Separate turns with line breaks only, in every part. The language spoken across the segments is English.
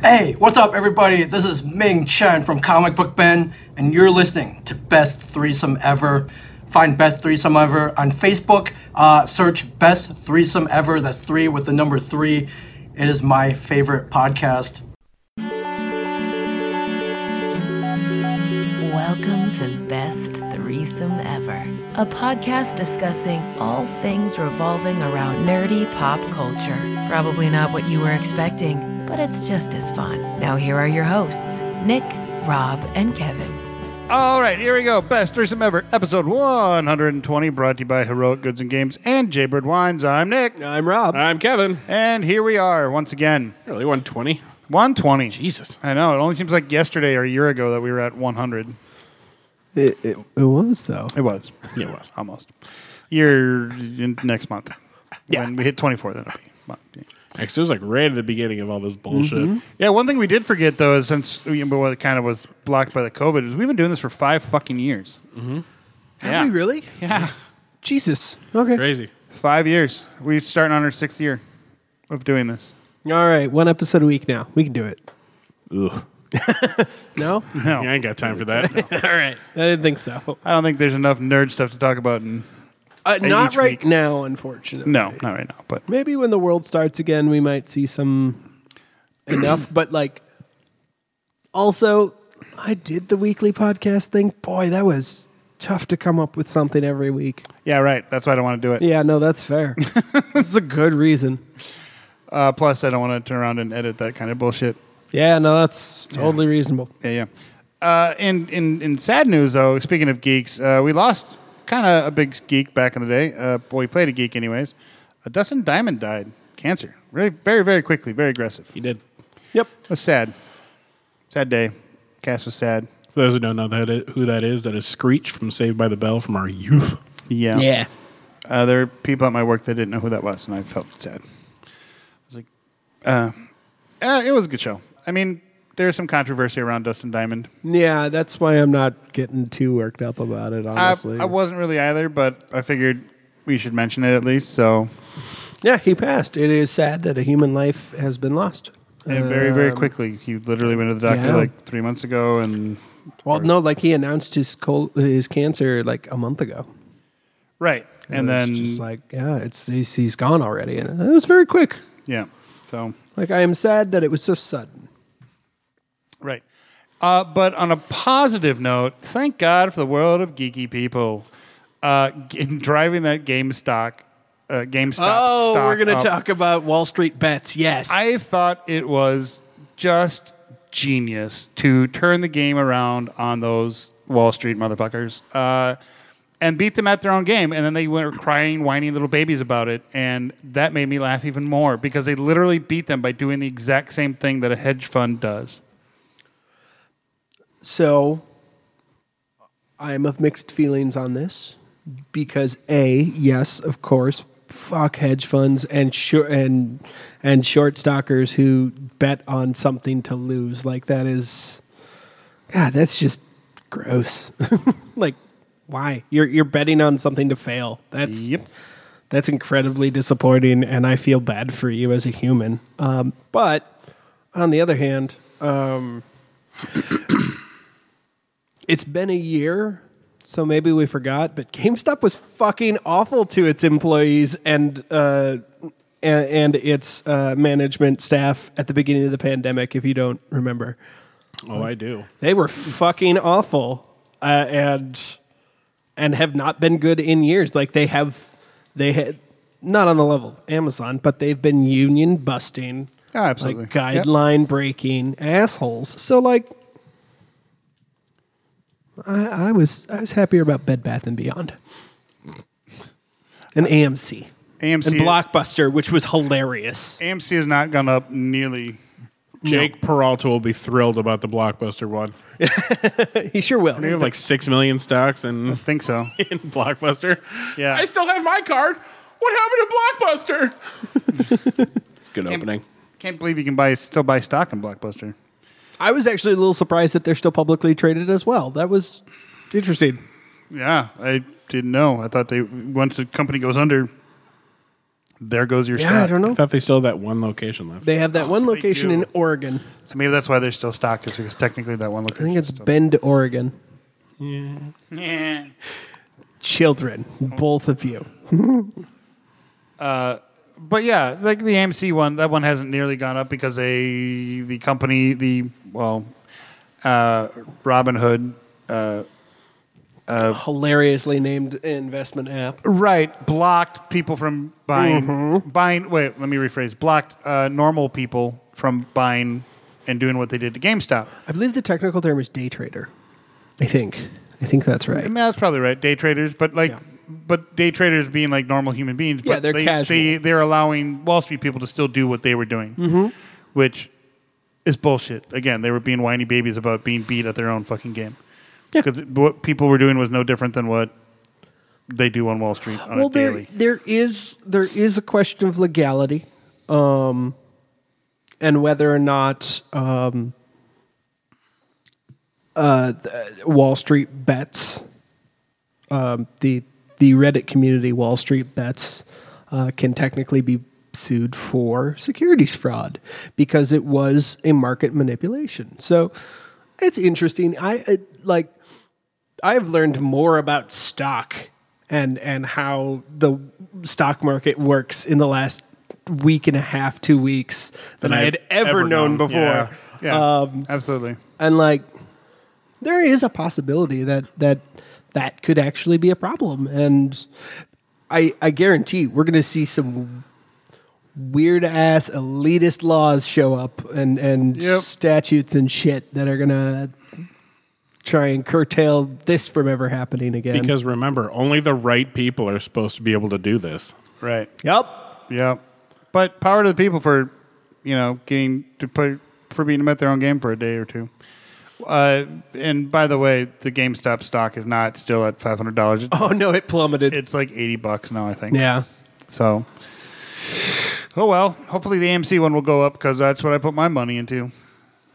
Hey, what's up, everybody? This is Ming Chen from Comic Book Ben, and you're listening to Best Threesome Ever. Find Best Threesome Ever on Facebook. Uh, search Best Threesome Ever. That's three with the number three. It is my favorite podcast.
Welcome to Best Threesome Ever, a podcast discussing all things revolving around nerdy pop culture. Probably not what you were expecting, but it's just as fun. Now, here are your hosts Nick, Rob, and Kevin.
All right, here we go. Best threesome ever, episode 120, brought to you by Heroic Goods and Games and Jaybird Wines. I'm Nick,
I'm Rob.
I'm Kevin.
and here we are once again,
Really, 120?
120.
Jesus.
I know it only seems like yesterday or a year ago that we were at 100.
It, it, it was though.
It was. It was almost. Year in- next month. Yeah, when we hit 24. That'll be. a month.
Actually, it was like right at the beginning of all this bullshit.
Yeah, one thing we did forget though is since you know, what kind of was blocked by the COVID is we've been doing this for five fucking years.
Have we really?
Yeah,
Jesus. Okay.
Crazy.
five years. We're starting on our sixth year of doing this.
All right, one episode a week now. We can do it.
Ugh.
No,
No,
Yeah, I ain't got time for that.
I didn't think so.
I don't think there's enough nerd stuff to talk about. And
Uh, not
each
right
week.
now, unfortunately.
no, not right now. But
Maybe when the world starts again, we might see some enough. But like, also, I did the weekly podcast thing. Boy, that was tough to come up with something every week.
yeah, right. That's why I don't want to do it.
Yeah, no, that's fair. this is a good reason.
Uh, plus, I don't want to turn around and edit that kind of bullshit.
Yeah, no, that's totally reasonable.
Yeah, yeah. Uh, in in in sad news though, speaking of geeks, uh, we lost kind of a big geek back in the day. Uh, well, we played a geek anyways. Uh, Dustin Diamond died cancer. Very very very quickly. Very aggressive.
He did.
Yep.
It was sad. Sad day. Cass was sad.
For those who don't know that it, who that is, that is Screech from Saved by the Bell from our youth.
Yeah.
Yeah.
Uh, there were people at my work that didn't know who that was, and I felt sad. I was like, uh, uh, it was a good show. I mean, there's some controversy around Dustin Diamond.
Yeah, that's why I'm not getting too worked up about it,
I,
honestly.
I wasn't really either, but I figured we should mention it at least. So,
yeah, he passed. It is sad that a human life has been lost.
and very, very
Um,
quickly, he literally went to the doctor
yeah.
like three months ago, and
Well, no, like he announced his col- his cancer like a month ago,
right, and
it's
then
just like yeah, it's he's, he's gone already, and it was very quick.
yeah, so
Like I am sad that it was so sudden.
right. Uh, but on a positive note, thank God for the world of geeky people. Uh, g- driving that game stock, uh, GameStop.
Oh,
stock up.
about Wall Street bets. Yes,
I thought it was just genius to turn the game around on those Wall Street motherfuckers uh, and beat them at their own game. And then they were crying, whiny little babies about it. And that made me laugh even more because they literally beat them by doing the exact same thing that a hedge fund does.
So I'm of mixed feelings on this because a yes, of course, fuck hedge funds and shor- and and short stockers who bet on something to lose. Like that is God, that's just gross. like why? You're you're betting on something to fail. That's
Yep.
that's incredibly disappointing, and I feel bad for you as a human. Um, but on the other hand, um, it's been a year, so maybe we forgot. But GameStop was fucking awful to its employees and uh, and, and its uh, management staff at the beginning of the pandemic. If you don't remember,
Oh, I do.
they were fucking awful, uh, and and have not been good in years. Like they have, they had not on the level of Amazon, but they've been union busting,
Oh, absolutely.
like
Yep.
guideline breaking assholes. So like, I, I was I was happier about Bed Bath and Beyond, and AMC,
AMC
and Blockbuster, which was hilarious.
AMC has not gone up nearly.
Jake Peralta will be thrilled about the Blockbuster one.
he sure will.
We have like 6 million stocks in,
Think so.
in Blockbuster.
Yeah.
I still have my card. What happened to Blockbuster? it's a good opening.
Can't believe you can buy still buy stock in Blockbuster.
I was actually a little surprised that they're still publicly traded as well. That was interesting.
Yeah, I didn't know. I thought they once a company goes under, There goes your
Yeah, I
stock.
don't
I
know.
thought they still had that one location left.
They have that one location
do.
in Oregon.
So maybe that's why they're still stocked, is because technically that one
I
location.
think
is
it's
still-
Bend, Oregon.
Yeah.
Children, both of you.
But yeah, like the AMC one, that one hasn't nearly gone up because they, the company, the well, uh, Robin Hood, Oh.
Hilariously named investment app.
right, blocked people from buying, buying. Wait, let me rephrase. Blocked uh, normal people from buying and doing what they did to GameStop.
I believe the technical term is day trader. I think. I think that's
I
right.
mean, that's probably right. Day traders, but like, but day traders being like normal human beings.
Yeah,
but
they're
they,
casual.
They, they're allowing Wall Street people to still do what they were doing,
Mm-hmm.
which is bullshit. Again, they were being whiny babies about being beat at their own fucking game. Because what people were doing was no different than what they do on Wall Street on
well
a
there
daily.
there is there is a question of legality um and whether or not um uh th- wall street bets um the the reddit community wall street bets uh, can technically be sued for securities fraud because it was a market manipulation so it's interesting i it, like I've learned more about stock and and how the stock market works in the last week and a half, two weeks than, I had ever, known, before.
Yeah, yeah
Um,
absolutely.
And like, there is a possibility that that that could actually be a problem, and I I guarantee we're going to see some weird ass elitist laws show up and and
Yep.
statutes and shit that are going to try and curtail this from ever happening again.
Because remember, only the right people are supposed to be able to do this.
Right.
Yep.
Yeah. But power to the people for, you know, getting to play for being at their own game for a day or two. Uh, and by the way, the GameStop stock is not still at five hundred dollars.
Oh no, it plummeted.
It's like eighty bucks now, I think.
yeah.
So. Oh well. Hopefully the AMC one will go up because that's what I put my money into.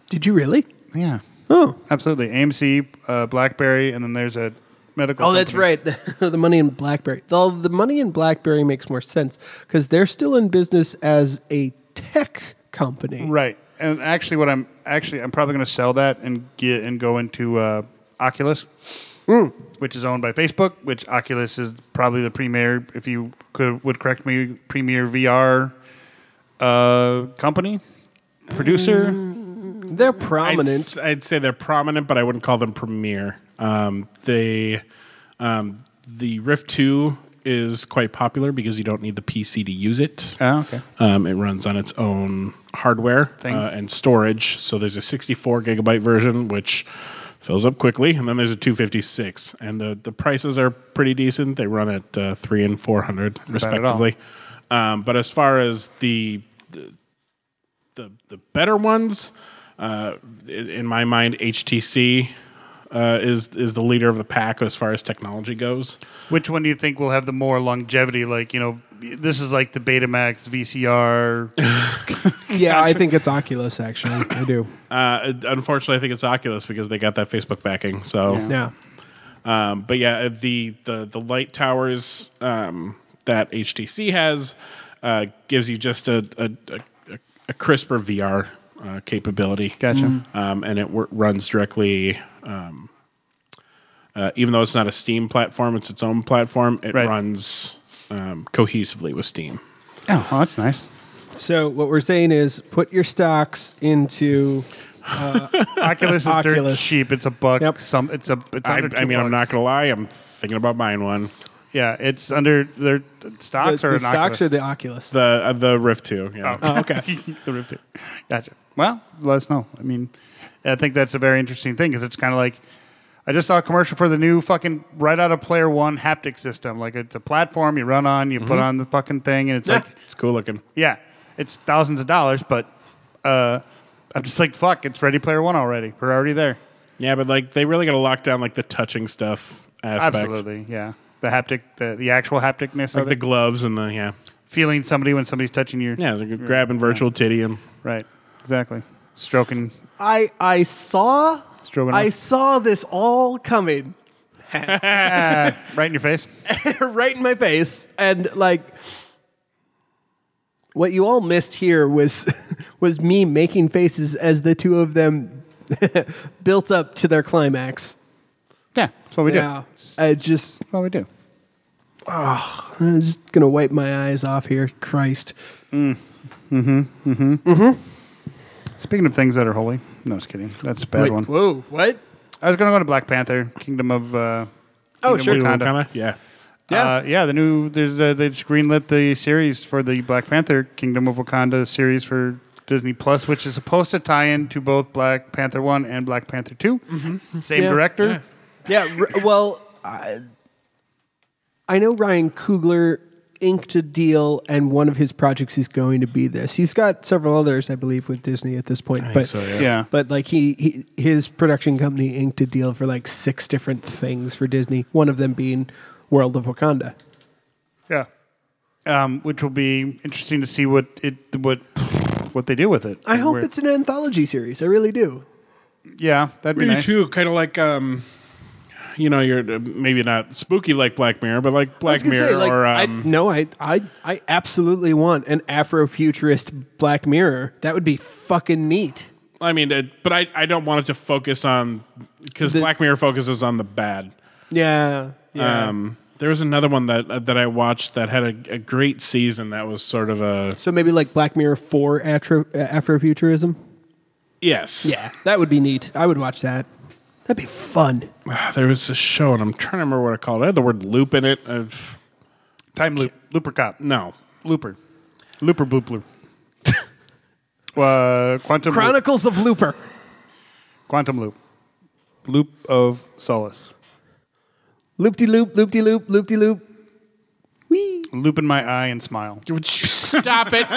Did you really?
Yeah.
Oh.
Absolutely. AMC, uh, BlackBerry, and then there's a medical.
Oh, that's
company.
right. the money in BlackBerry. Though the money in BlackBerry makes more sense because they're still in business as a tech company.
Right. And actually, what I'm actually I'm probably going to sell that and get and go into uh, Oculus, which is owned by Facebook. Which Oculus is probably the premier, if you could would correct me, premier VR uh, company producer.
They're
I'd,
prominent.
s- I'd say they're prominent, but I wouldn't call them premier. Um, they, um, the Rift Two is quite popular because you don't need the PC to use it.
Oh, okay.
Um, it runs on its own hardware
Thing.
uh, and storage. So there's a 64 gigabyte version, which fills up quickly, and then there's a 256. And the, the prices are pretty decent. They run at uh, three and 400
bad at all.
respectively. Um, but as far as the the the, the better ones, uh, in, in my mind, HTC. Uh, is is the leader of the pack as far as technology goes?
Which one do you think will have the more longevity? Like you know, this is like the Betamax VCR.
yeah, I think it's Oculus. Actually, I do.
Uh, unfortunately, I think it's Oculus because they got that Facebook backing. So
Yeah.
Um, but yeah, the the the light towers um, that HTC has uh, gives you just a a, a, a crisper VR uh, capability.
Gotcha. Mm.
Um, and it w- runs directly. Um, uh, even though it's not a Steam platform, it's its own platform. It
Right.
runs um, cohesively with Steam.
oh, well, that's nice.
So what we're saying is, put your stocks into.
Oculus is dirt
Oculus.
cheap. It's a buck.
Yep.
Some. It's a. It's
I,
under
I
two
mean, I'm
bucks.
not gonna lie. I'm thinking about buying one.
Yeah, it's under their
The,
stocks
the
are an
stocks
Oculus.
or the Oculus.
The uh, the Rift Two. Yeah.
Oh, okay. the Rift Two. Gotcha. Well, let us know. I mean, I think that's a very interesting thing because it's kind of like I just saw a commercial for the new fucking right out of Player One haptic system. Like it's a platform you run on, you put on the fucking thing, and it's like,
it's cool looking.
yeah, it's thousands of dollars, but uh, I'm just like, fuck, it's Ready Player One already. We're already there.
Yeah, but like they really got to lock down like the touching stuff aspect,
Absolutely, yeah. The haptic, the, the actual hapticness
like
of
the
it.
gloves and the yeah,
feeling somebody when somebody's touching your
yeah, they're grabbing virtual titty and
right, exactly, stroking
I I saw.
Strobanoff.
I saw this all coming.
right in your face.
right in my face and like What you all missed here was was me making faces as the two of them built up to their climax.
Yeah, that's what we
yeah,
do.
I just
That's what we do.
I'm just gonna wipe my eyes off here. Christ.
Speaking of things that are holy, no, just kidding. That's a bad one.
Whoa. What?
I was going to go to Black Panther, Kingdom of. Uh,
Oh,
Kingdom
sure.
of Wakanda.
Wakanda? Yeah.
Yeah.
Uh, yeah, the new there's uh, they've screenlit the series for the Black Panther Kingdom of Wakanda series for Disney Plus, which is supposed to tie into both Black Panther One and Black Panther 2 Same
Mm-hmm. Yeah.
director.
Yeah. r- well, I, I know Ryan Coogler inked a deal, and one of his projects is going to be this. He's got several others, I believe, with Disney at this point. but
so,
Yeah.
yeah.
But like he, he, his production company inked a deal for like six different things for Disney. One of them being World of Wakanda.
Yeah. Um, which will be interesting to see what it what what they do with it.
I hope
Where-
it's an anthology series. I really do.
yeah, that'd be
Me
nice.
too. Kind of like um, you know, you're uh, maybe not spooky like Black Mirror, but like
I was
Black
gonna
Mirror
say, like,
or
I-
um,
no, I, I, I absolutely want an Afrofuturist Black Mirror. That would be fucking neat.
I, mean, it, but I I don't want it to focus on because
The-
Black Mirror focuses on the bad.
Yeah, yeah.
Um, there was another one that uh, that I watched that had a, a great season that was sort of a
so maybe like Black Mirror for Afro, uh, Afrofuturism.
yes
that would be neat. I would watch that. That'd be fun.
There was a show and I'm trying to remember what I called it. I had the word loop in it. I've,
Time loop, looper cop,
no,
looper, looper bloopler. uh, quantum loop.
Chronicles of Looper.
quantum loop, loop of solace.
Loop de loop, loop de loop, loop de loop. Wee.
Loop in my eye and smile.
would you stop it?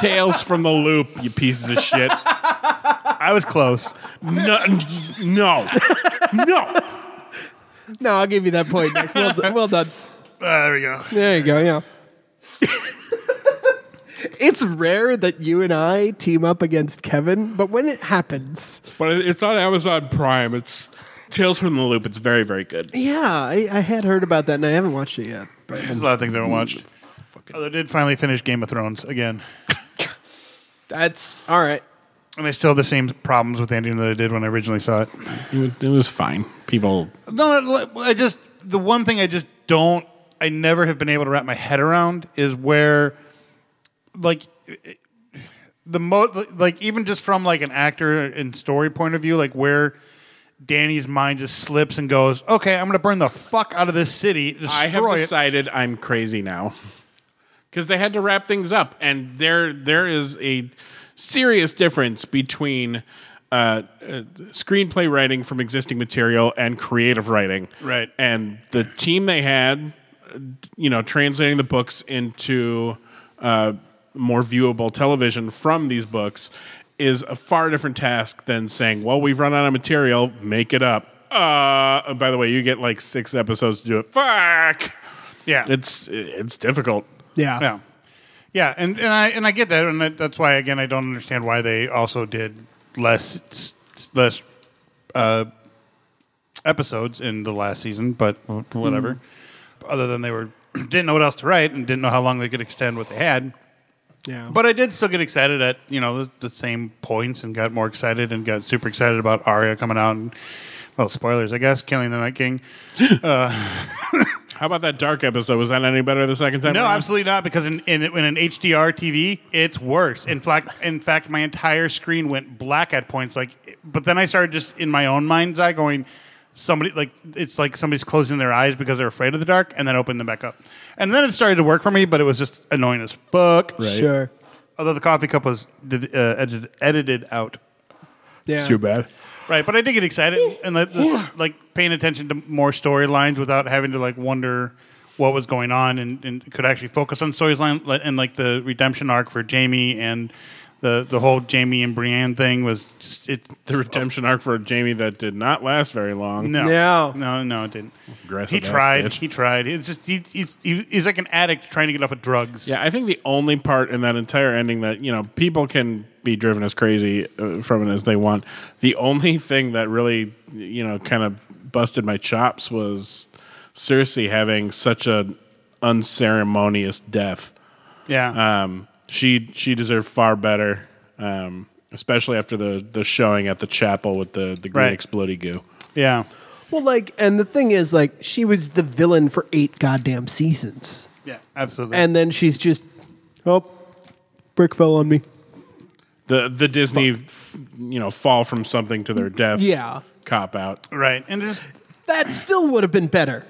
Tales from the loop, you pieces of shit.
I was close.
No, no, no.
Ah,
No, I'll give you that point, Nick. Well, done- well done.
there we go.
There you go. Yeah. it's rare that you and I team up against Kevin, but when it happens,
But it- it's on Amazon Prime. It's Tales from the Loop. It's very, very good.
yeah, I, I had heard about that and I haven't watched it yet.
There's a lot of things I haven't watched. Mm. Although I did finally finish Game of Thrones again.
That's all right.
And I still have the same problems with ending that I did when I originally saw it.
It was, it was fine. People,
No, no, I just the one thing I just don't I never have been able to wrap my head around is where like the mo like even just from like an actor and story point of view like where Danny's mind just slips and goes, "Okay, I'm going to burn the fuck out of this city,
I have
destroy it."
decided I'm crazy now because they had to wrap things up, and there, there is a serious difference between. Uh, uh, screenplay writing from existing material and creative writing.
Right.
And the team they had, uh, you know, translating the books into uh, more viewable television from these books is a far different task than saying, well, we've run out of material, make it up. Uh, by the way, you get like six episodes to do it. Fuck.
Yeah.
It's it's difficult.
Yeah.
Yeah, yeah, and, and I and I get that, and that- that's why again I don't understand why they also did less s- s- less uh, episodes in the last season, but wh- whatever. Other than they were didn't know what else to write and didn't know how long they could extend what they had.
Yeah.
But I did still get excited at you know the, the same points and got more excited and got super excited about Arya coming out and well spoilers I guess killing the Night King.
How about that dark episode? Was that any better the second time?
No,
around?
absolutely not. Because in, in, in an HDR TV, it's worse. In fact, in fact, my entire screen went black at points. Like, but then I started just in my own mind's eye going, somebody like it's like somebody's closing their eyes because they're afraid of the dark, and then open them back up. And then it started to work for me, but it was just annoying as fuck.
Sure.
Although the coffee cup was did, uh, edit- edited out.
Yeah.
bad.
Right, but I did get excited and like, this, like paying attention to more storylines without having to like wonder what was going on and, and could actually focus on storyline like- and like the redemption arc for Jamie and the the whole Jamie and Brienne thing was just it
The redemption arc for Jamie that did not last very long.
no
No.
no no it didn't.
Aggressive
He
ass
tried.
bitch.
He tried. It's just he, he's he, he's like an addict trying to get off of drugs.
Yeah, I think the only part in that entire ending that you know people can be driven as crazy uh, from it as they want. The only thing that really you know kind of busted my chops was Cersei having such a unceremonious death.
Yeah.
Um, she she deserved far better, um, especially after the the showing at the chapel with the the green
Right.
explodey goo.
yeah.
Well, like, and the thing is, like, she was the villain for eight goddamn seasons,
Yeah. Absolutely.
and then she's just, oh, brick fell on me.
The the Disney, f- you know, fall from something to their death.
Yeah.
cop out.
right. And just
That still would have been better.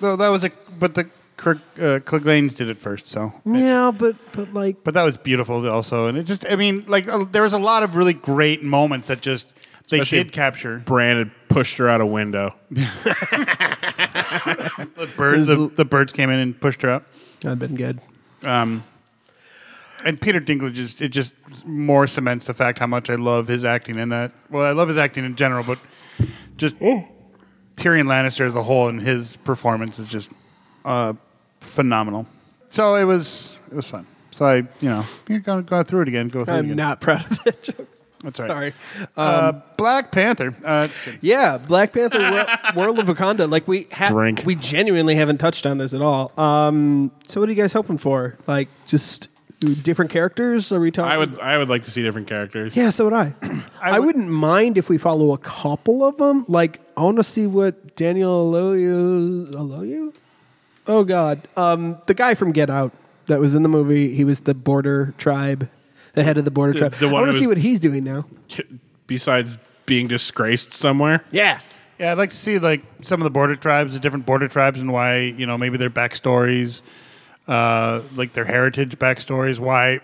though that was a but the Kirk uh, Cleglane's did it first, so
Yeah, but but like,
But that was beautiful also, and it just I mean like uh, there was a lot of really great moments that just they
Especially-
did capture.
Brandon pushed her out a window.
The birds the, the birds came in and pushed her up,
I've been good.
and Peter Dinklage is it just more cements the fact how much I love his acting in that. Well, I love his acting in general, but just Tyrion Lannister as a whole and his performance is just uh, phenomenal. So it was it was fun. So I you know you're gonna go through it again. Go through it
I'm
again.
not proud of that joke.
That's all right.
Sorry.
uh, Black Panther. Uh, it's good.
Yeah, Black Panther World, World of Wakanda. Like we ha-
Drink.
we genuinely haven't touched on this at all. Um, so what are you guys hoping for? Like just different characters? Are we talking?
I would I would like to see different characters.
Yeah, so would I. I,
would-
would, not mind if we follow a couple of them. Like I want to see what Daniel Aloyu. Aloyu? Oh God, um, the guy from Get Out that was in the movie. He was the border tribe, the head of the border tribe.
the
I
one
want to
who
see
was-
what he's doing now.
Besides being disgraced somewhere.
Yeah.
Yeah, I'd like to see like some of the border tribes, the different border tribes, and why you know maybe their backstories, uh, like their heritage backstories. Why,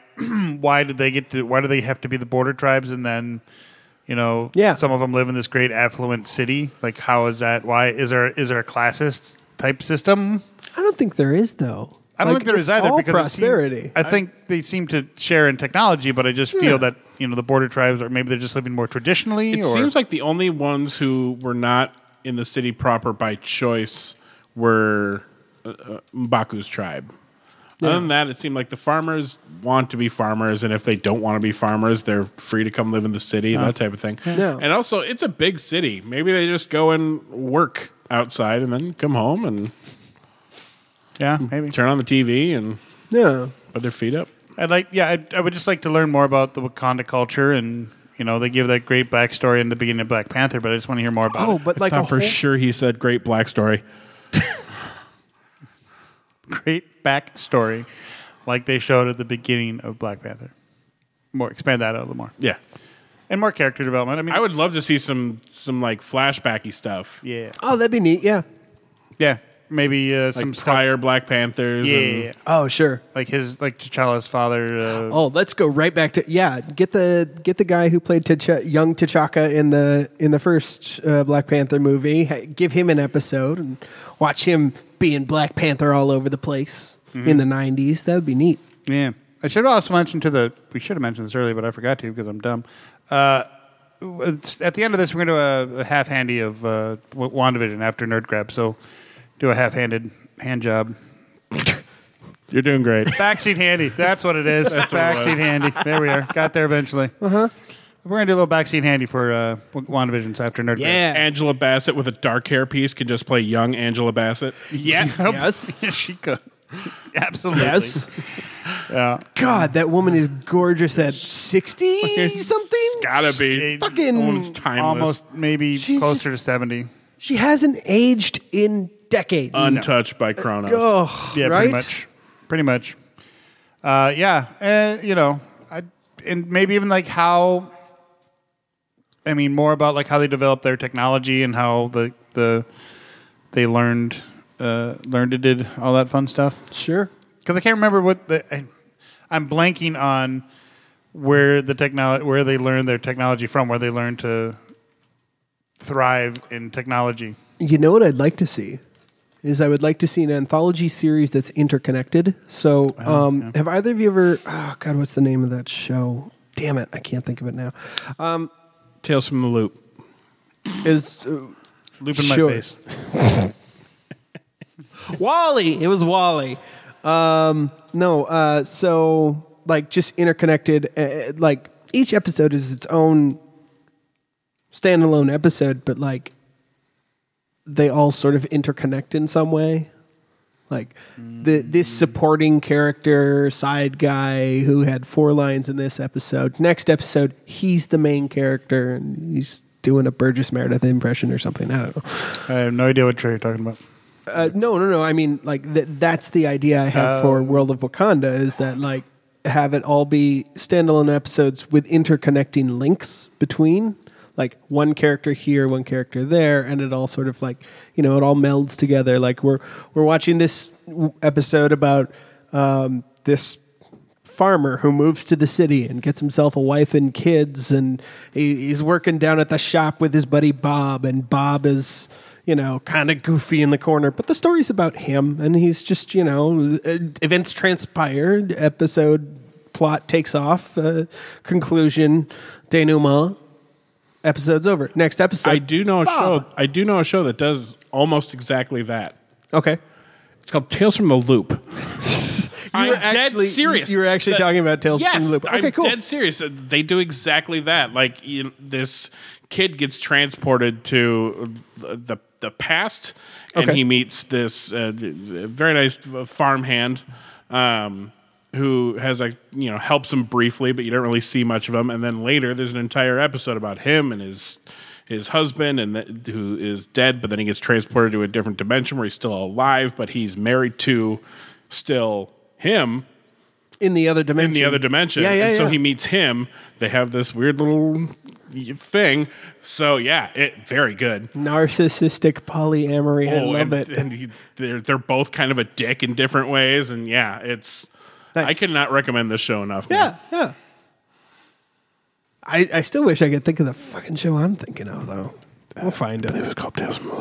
why did they get to? Why do they have to be the border tribes? And then, you know,
Yeah.
some of them live in this great affluent city. Like, how is that? Why is there is there a classist type system?
I don't think there is though.
I don't
Like,
think there
it's
is either
all
because it seem-
prosperity.
I think they seem to share in technology, but I just feel
Yeah.
that you know the border tribes are maybe they're just living more traditionally.
It
or,
seems like the only ones who were not in the city proper by choice were uh, uh, Mbaku's tribe. Other than that, it seemed like the farmers want to be farmers, and if they don't want to be farmers, they're free to come live in the city and that type of thing.
Yeah.
And also, it's a big city. Maybe they just go and work outside and then come home and
yeah,
Hmm.
maybe
turn on the TV and
Yeah.
put their feet up.
I'd like, yeah, I'd, I would just like to learn more about the Wakanda culture, and you know, they give that great backstory in the beginning of Black Panther, but I just want to hear more about
Oh,
it.
but like
I
a
thought for
whole-
sure he said great black story.
Great backstory, like they showed at the beginning of Black Panther. More expand that out a little more,
Yeah.
and more character development. I mean,
I would love to see some some like flashbacky stuff.
yeah,
Oh, that'd be neat. Yeah.
yeah, maybe uh,
like
some stuff.
prior Black Panthers.
Yeah,
and-
yeah, yeah.
Oh, sure.
like his like T'Challa's father. Uh,
Oh, let's go right back to yeah. Get the get the guy who played T'Ch- young T'Chaka in the in the first uh, Black Panther movie. Ha- Give him an episode and watch him being Black Panther all over the place
Mm-hmm.
in the '90s. That would be neat.
Yeah, I should also mention to the. We should have mentioned this earlier, but I forgot to because I'm dumb. Uh, it's- at the end of this, we're going to do a, a half handy of uh, W- Wandavision after Nerd Grab. So do a half handed hand job.
You're doing great.
Backseat handy. That's what it is.
what it
backseat
was.
handy. There we are. Got there eventually. Uh huh.
Uh-huh.
We're going to do a little backseat handy for uh, W- Wandavision's after Nerd
Yeah.
Angela Bassett with a dark hair piece can just play young Angela Bassett.
Grab. Yeah.
Yes.
yes, she could. Absolutely.
God, that woman is gorgeous at sixty something.
It's gotta be.
It-
Fucking-
Woman's timeless.
Almost maybe
She's
closer
just-
to 70.
She hasn't aged in decades.
untouched by Kronos.
Ugh,
Uh, Yeah,
right?
pretty much. Pretty much. Uh, yeah, uh, you know, I, and maybe even like how. I mean, more about like how they developed their technology and how the the they learned uh, learned it did all that fun stuff.
Sure.
Because I can't remember what the I, I'm blanking on where the technology where they learned their technology from, where they learned to thrive in technology.
You know what I'd like to see is I would like to see an anthology series that's interconnected. So, um, have either of you ever? Oh God, what's the name of that show? Damn it, I can't think of it now.
Tales from the Loop.
Is uh,
Loop in
Sure.
my face.
Wally? It was Wally. Um, no, uh, so like just interconnected. uh, Uh, like each episode is its own standalone episode, but like they all sort of interconnect in some way. Like the, this supporting character side guy who had four lines in this episode. Next episode, he's the main character and he's doing a Burgess Meredith impression or something. I don't know.
I have no idea what show you're talking about.
Uh, no, no, no. I mean, like th- that's the idea I have for World of Wakanda is that like have it all be standalone episodes with interconnecting links between, like one character here, one character there, and it all sort of like you know it all melds together. Like we're we're watching this w- episode about um, this farmer who moves to the city and gets himself a wife and kids and he, he's working down at the shop with his buddy bob and bob is you know kind of goofy in the corner but the story's about him and he's just you know uh, events transpire episode plot takes off uh, conclusion denouement episode's over next episode
I do know a
Bob.
show. I do know a show that does almost exactly that.
okay
It's called Tales from the Loop.
you
I'm
were
dead
actually
serious.
you were actually
That-
talking about tales
yes,
from the loop okay
I'm
cool
dead serious. Uh, They do exactly that. Like you know, this kid gets transported to uh, the the past, and
Okay.
he meets this uh, th- th- very nice uh, farmhand. Um, who has a you know helps him briefly, but you don't really see much of him. And then later, there's an entire episode about him and his his husband, and th- who is dead. But then he gets transported to a different dimension where he's still alive, but he's married to still him
in the other dimension
in the other dimension.
yeah yeah,
and so
yeah.
he meets him. They have this weird little thing. So yeah, it very good.
narcissistic polyamory. I love
Oh, and,
it.
and he, they're they're both kind of a dick in different ways, and yeah, it's.
Nice.
I cannot recommend this show enough. man.
yeah, yeah. I, I still wish I could think of the fucking show I'm thinking of though. We'll find it.
it's called Tales from the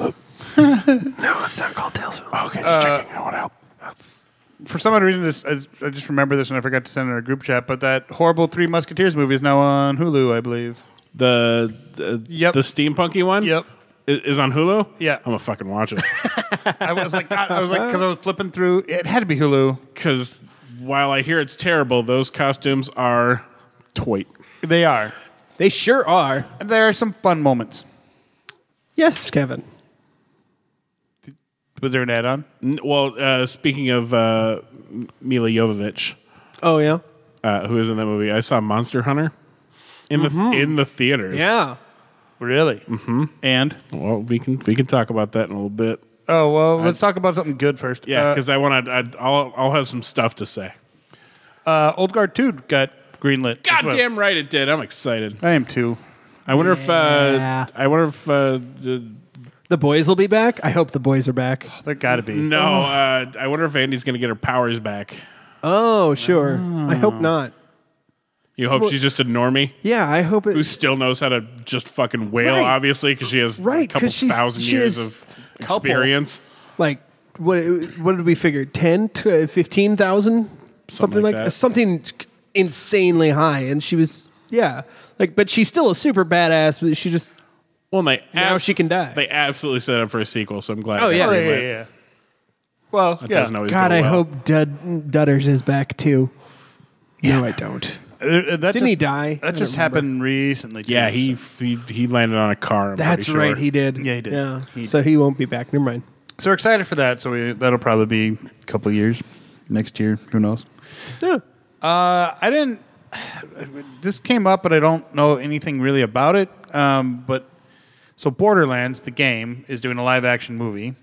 Loop.
No, it's not called Tales. from the Loop. Uh,
Okay, just checking. I want help. That's
For some odd reason, this I, I just remember this and I forgot to send it in our group chat. But that horrible Three Musketeers movie is now on Hulu, I believe.
the the,
Yep.
the steampunky one.
Yep.
i- is, on Hulu.
Yeah.
I'm gonna fucking watch it
I was like, God, I was like, because I was flipping through. It had to be Hulu.
because while I hear it's terrible, those costumes are toit.
They are.
They sure are.
There are some fun moments.
Yes, Kevin.
Was there an add-on?
N- Well, uh, speaking of uh, M- Mila Jovovich,
Oh yeah.
uh, who is in that movie, I saw Monster Hunter in the in the
Mm-hmm.
theaters.
Yeah.
Really? Mm-hmm. And
Well, we can we can talk about that in a little bit.
oh well, let's talk about something good first.
Yeah,
Uh,
because I want to. I'll I'll have some stuff to say.
Uh, Old Guard 2 got greenlit. as well.
Goddamn right it did. I'm excited.
I am too.
I wonder if
Yeah.
uh, I wonder if uh, the-
The boys will be back. I hope the boys are back.
There gotta be.
no. Uh, I wonder if Andy's gonna get her powers back.
Oh sure. I hope not.
You hope she's just a normie
Yeah, I hope
who
it.
still knows how to just fucking wail,
Right.
obviously, because she has a
Right,
couple
'cause she's-
thousand
she
years
is
of
couple.
experience.
Like what? What did we figure? Ten to uh, fifteen thousand, something,
like
like,
that.
something insanely high. And she was yeah, like but she's still a super badass. But she just
Well, and they
Now she can die.
They absolutely set up for a sequel, so I'm glad.
Oh,
they
yeah.
Oh,
greenlit.
yeah, yeah, yeah. Well,
That
yeah.
doesn't always
God,
go
I
well.
hope Dud- Dudders is back too. No, I don't.
Uh, uh, that
Didn't he
just-
die? I
That
don't
just
remember.
happened recently. too,
Yeah, he
so-
he, he landed on a car. I'm
That's
pretty sure.
right, he did.
Yeah, he did.
Yeah,
He
so he won't be back. Never mind.
So we're excited for that. So we, that'll probably be a couple of years, next year. Who knows?
Yeah.
Uh, I didn't. This came up, but I don't know anything really about it. Um, but so Borderlands, the game, is doing a live action movie.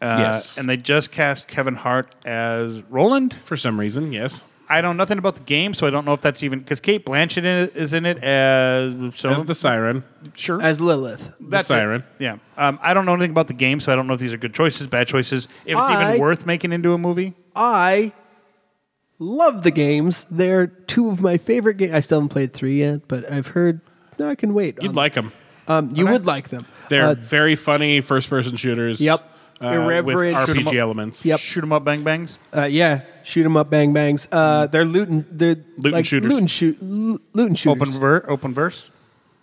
Uh,
Yes.
And they just cast Kevin Hart as Roland.
for some reason. Yes,
I know nothing about the game, so I don't know if that's even because Kate Blanchett in it, is in it as so
as the siren.
sure
As Lilith.
That's it.
siren.
Yeah, um, I don't know anything about the game, so I don't know if these are good choices, bad choices, if it's
I-
even worth making into a movie.
I love the games. They're two of my favorite games. I still haven't played three yet, but I've heard. No, I can wait.
You'd
on-
like them.
Um, you would like them.
They're
Uh,
very funny first-person shooters.
Yep.
uh,
Irreverent.
with
Shoot 'em
RPG
up.
elements.
Yep.
Shoot 'em up, bang bangs.
uh, yeah, shoot 'em up, bang bangs. Uh, they're looting. They're
Loot 'em
like,
shooters.
Loot and shoot. lo- Loot and
Open
shooters.
ver- open verse.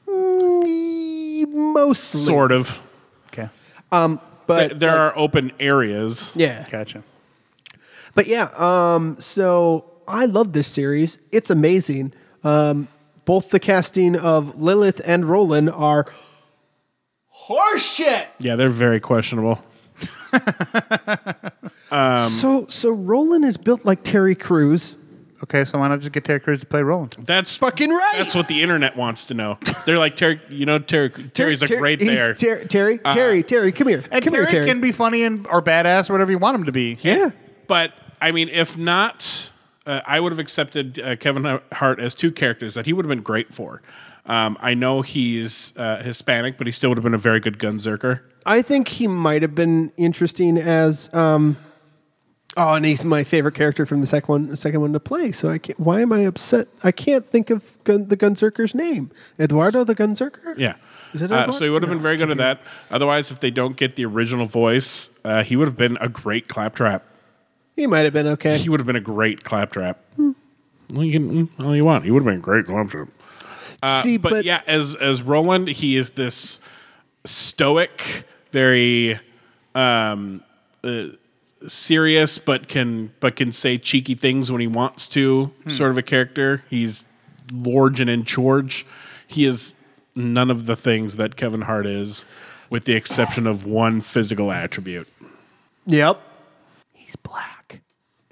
Mm, Mostly.
sort of.
Okay,
But
There are open areas.
yeah.
gotcha.
But yeah, um, so I love this series. It's amazing. Um, both the casting of Lilith and Roland are horseshit.
Yeah, they're very questionable.
so so Roland is built like Terry Crews.
Okay, so why not just get Terry Crews to play Roland?
That's
Fucking right.
That's what the internet wants to know. They're like Terry, you know Terry. Terry's a
Ter-
great
he's
there.
Ter- Terry, Terry, Terry, come here.
And
come
Terry,
here, Terry.
can be funny and or badass or whatever you want him to be.
yeah.
But I mean, if not, uh, I would have accepted uh, Kevin Hart as two characters that he would have been great for. Um, I know he's uh, Hispanic, but he still would have been a very good gunzerker.
I think he might have been interesting as um Oh, and he's my favorite character from the second one, the second one to play. So I can't, why am I upset? I can't think of gun, the Gunzerker's name. Eduardo the Gunzerker?
Yeah.
Is it
uh,
Edward?
so he would have
No.
been very good at that. Otherwise, if they don't get the original voice, uh, he would have been a great claptrap.
He might have been okay.
He would have been a great claptrap.
Hmm.
Well, you can mm, all you want. He would have been a great claptrap.
See,
uh, but, yeah, as as Roland, he is this stoic, very um, uh, serious, but can but can say cheeky things when he wants to. Sort of a character. He's large and in charge. He is none of the things that Kevin Hart is, with the exception of one physical attribute.
Yep. He's black.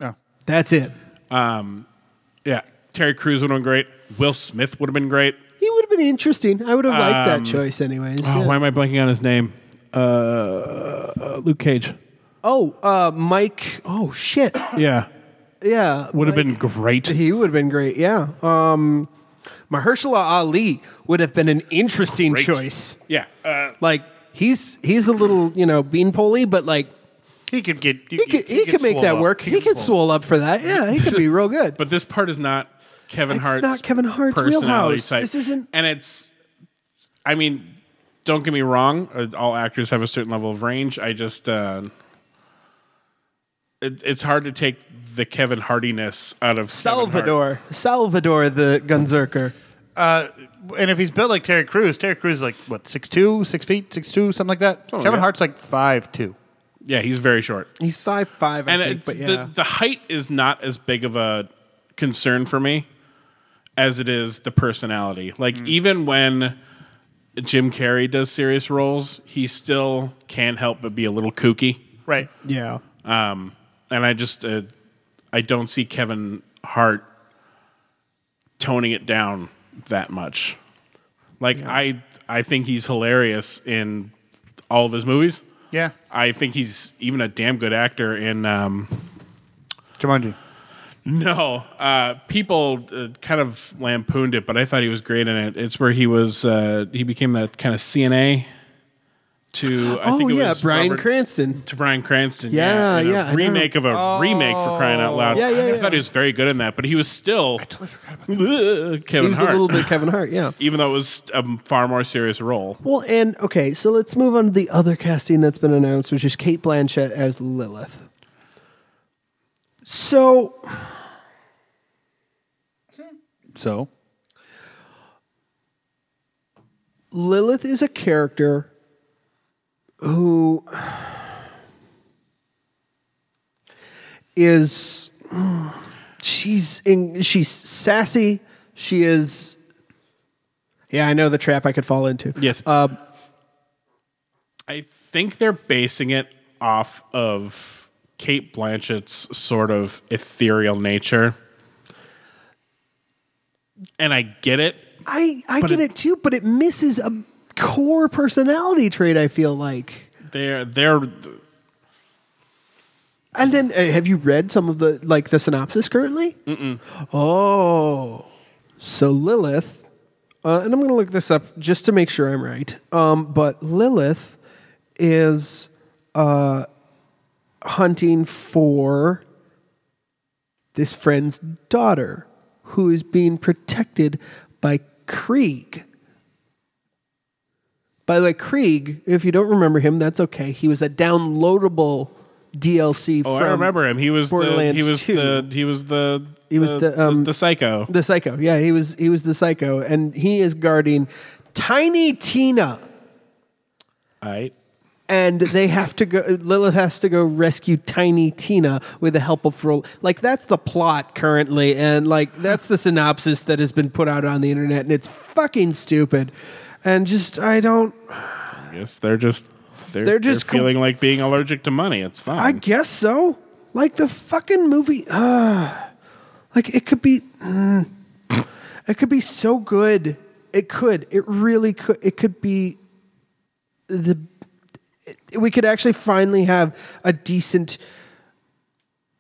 Oh.
That's it.
Yeah, Terry Crews would have been great. Will Smith would have been great.
He would have been interesting. I would have liked that choice, anyways.
Oh,
yeah.
why am I blanking on his name? Uh, Luke Cage.
Oh, uh, Mike. Oh shit.
Yeah,
Yeah,
would have
Mike-
been great.
He would have been great. Yeah. Um, Mahershala Ali would have been an interesting
Great.
choice.
Yeah. Uh,
Like he's he's a little you know beanpole-y, but like
He could get
he could he, could make that work. He, could swole up for that. Yeah, he could be real good.
but this part is not Kevin
It's
Hart's
not Kevin Hart's
personality
wheelhouse.
type.
This isn't-
And it's I mean, don't get me wrong, uh, all actors have a certain level of range. I just uh it, it's hard to take the Kevin Hardiness out of Kevin Hart.
Salvador, Salvador the Gunzerker.
And if he's built like Terry Crews, Terry Crews is like what six two, six feet, six two, something like that.
Oh,
Kevin
yeah.
Hart's like five two.
Yeah, he's very short.
He's five five, I
and
think.
it's,
But yeah,
the, the height is not as big of a concern for me as it is the personality. Like
Mm.
even when Jim Carrey does serious roles, he still can't help but be a little kooky.
Right.
yeah.
Um, and I just uh, I don't see Kevin Hart toning it down that much. Like I I think he's hilarious in all of his movies.
Yeah.
I think he's even a damn good actor in um,
Jumanji.
No, uh, people uh, kind of lampooned it, but I thought he was great in it. It's where he was uh, he became that kind of CNA to I
oh
think it
yeah,
was
Brian
Robert-
Cranston.
to Brian Cranston.
Yeah,
in a
yeah, I know.
remake of a remake for crying out loud.
Yeah, yeah,
I
yeah.
thought he was very good in that, but he was still
He
Kevin
was
Hart,
a little bit Kevin Hart. Yeah.
even though it was a far more serious role.
Well, and okay, so let's move on to the other casting that's been announced, which is Kate Blanchett as Lilith. So,
So
Lilith is a character who is she's in, she's sassy. She is Yeah, I know the trap I could fall into. Um,
Yes, I think they're basing it off of Kate Blanchett's sort of ethereal nature, and I get it.
I I get it, too, but it misses a core personality trait I feel like.
They're they're
And then, uh, have you read some of the like the synopsis currently? Mm-mm. Oh, so Lilith, uh, and I'm going to look this up just to make sure I'm right. Um, but Lilith is uh, hunting for this friend's daughter, who is being protected by Krieg. By the way, Krieg, if you don't remember him, that's okay. He was a downloadable DLC
oh,
from
I remember him. He was the, he
Borderlands
was
2.
the he was the
He was the, um,
the psycho.
the psycho. Yeah, he was he was the psycho and he is guarding Tiny Tina
All right.
and they have to go Lilith has to go rescue Tiny Tina with the help of Rol- like that's the plot currently and like that's the synopsis that has been put out on the internet and it's fucking stupid. And just I don't
Yes, they're just they're,
They're just
they're feeling like being allergic to money. It's fine.
I guess so. Like the fucking movie. ah, like it could be. mm, it could be so good. It could. It really could. It could be. The. It, we could actually finally have a decent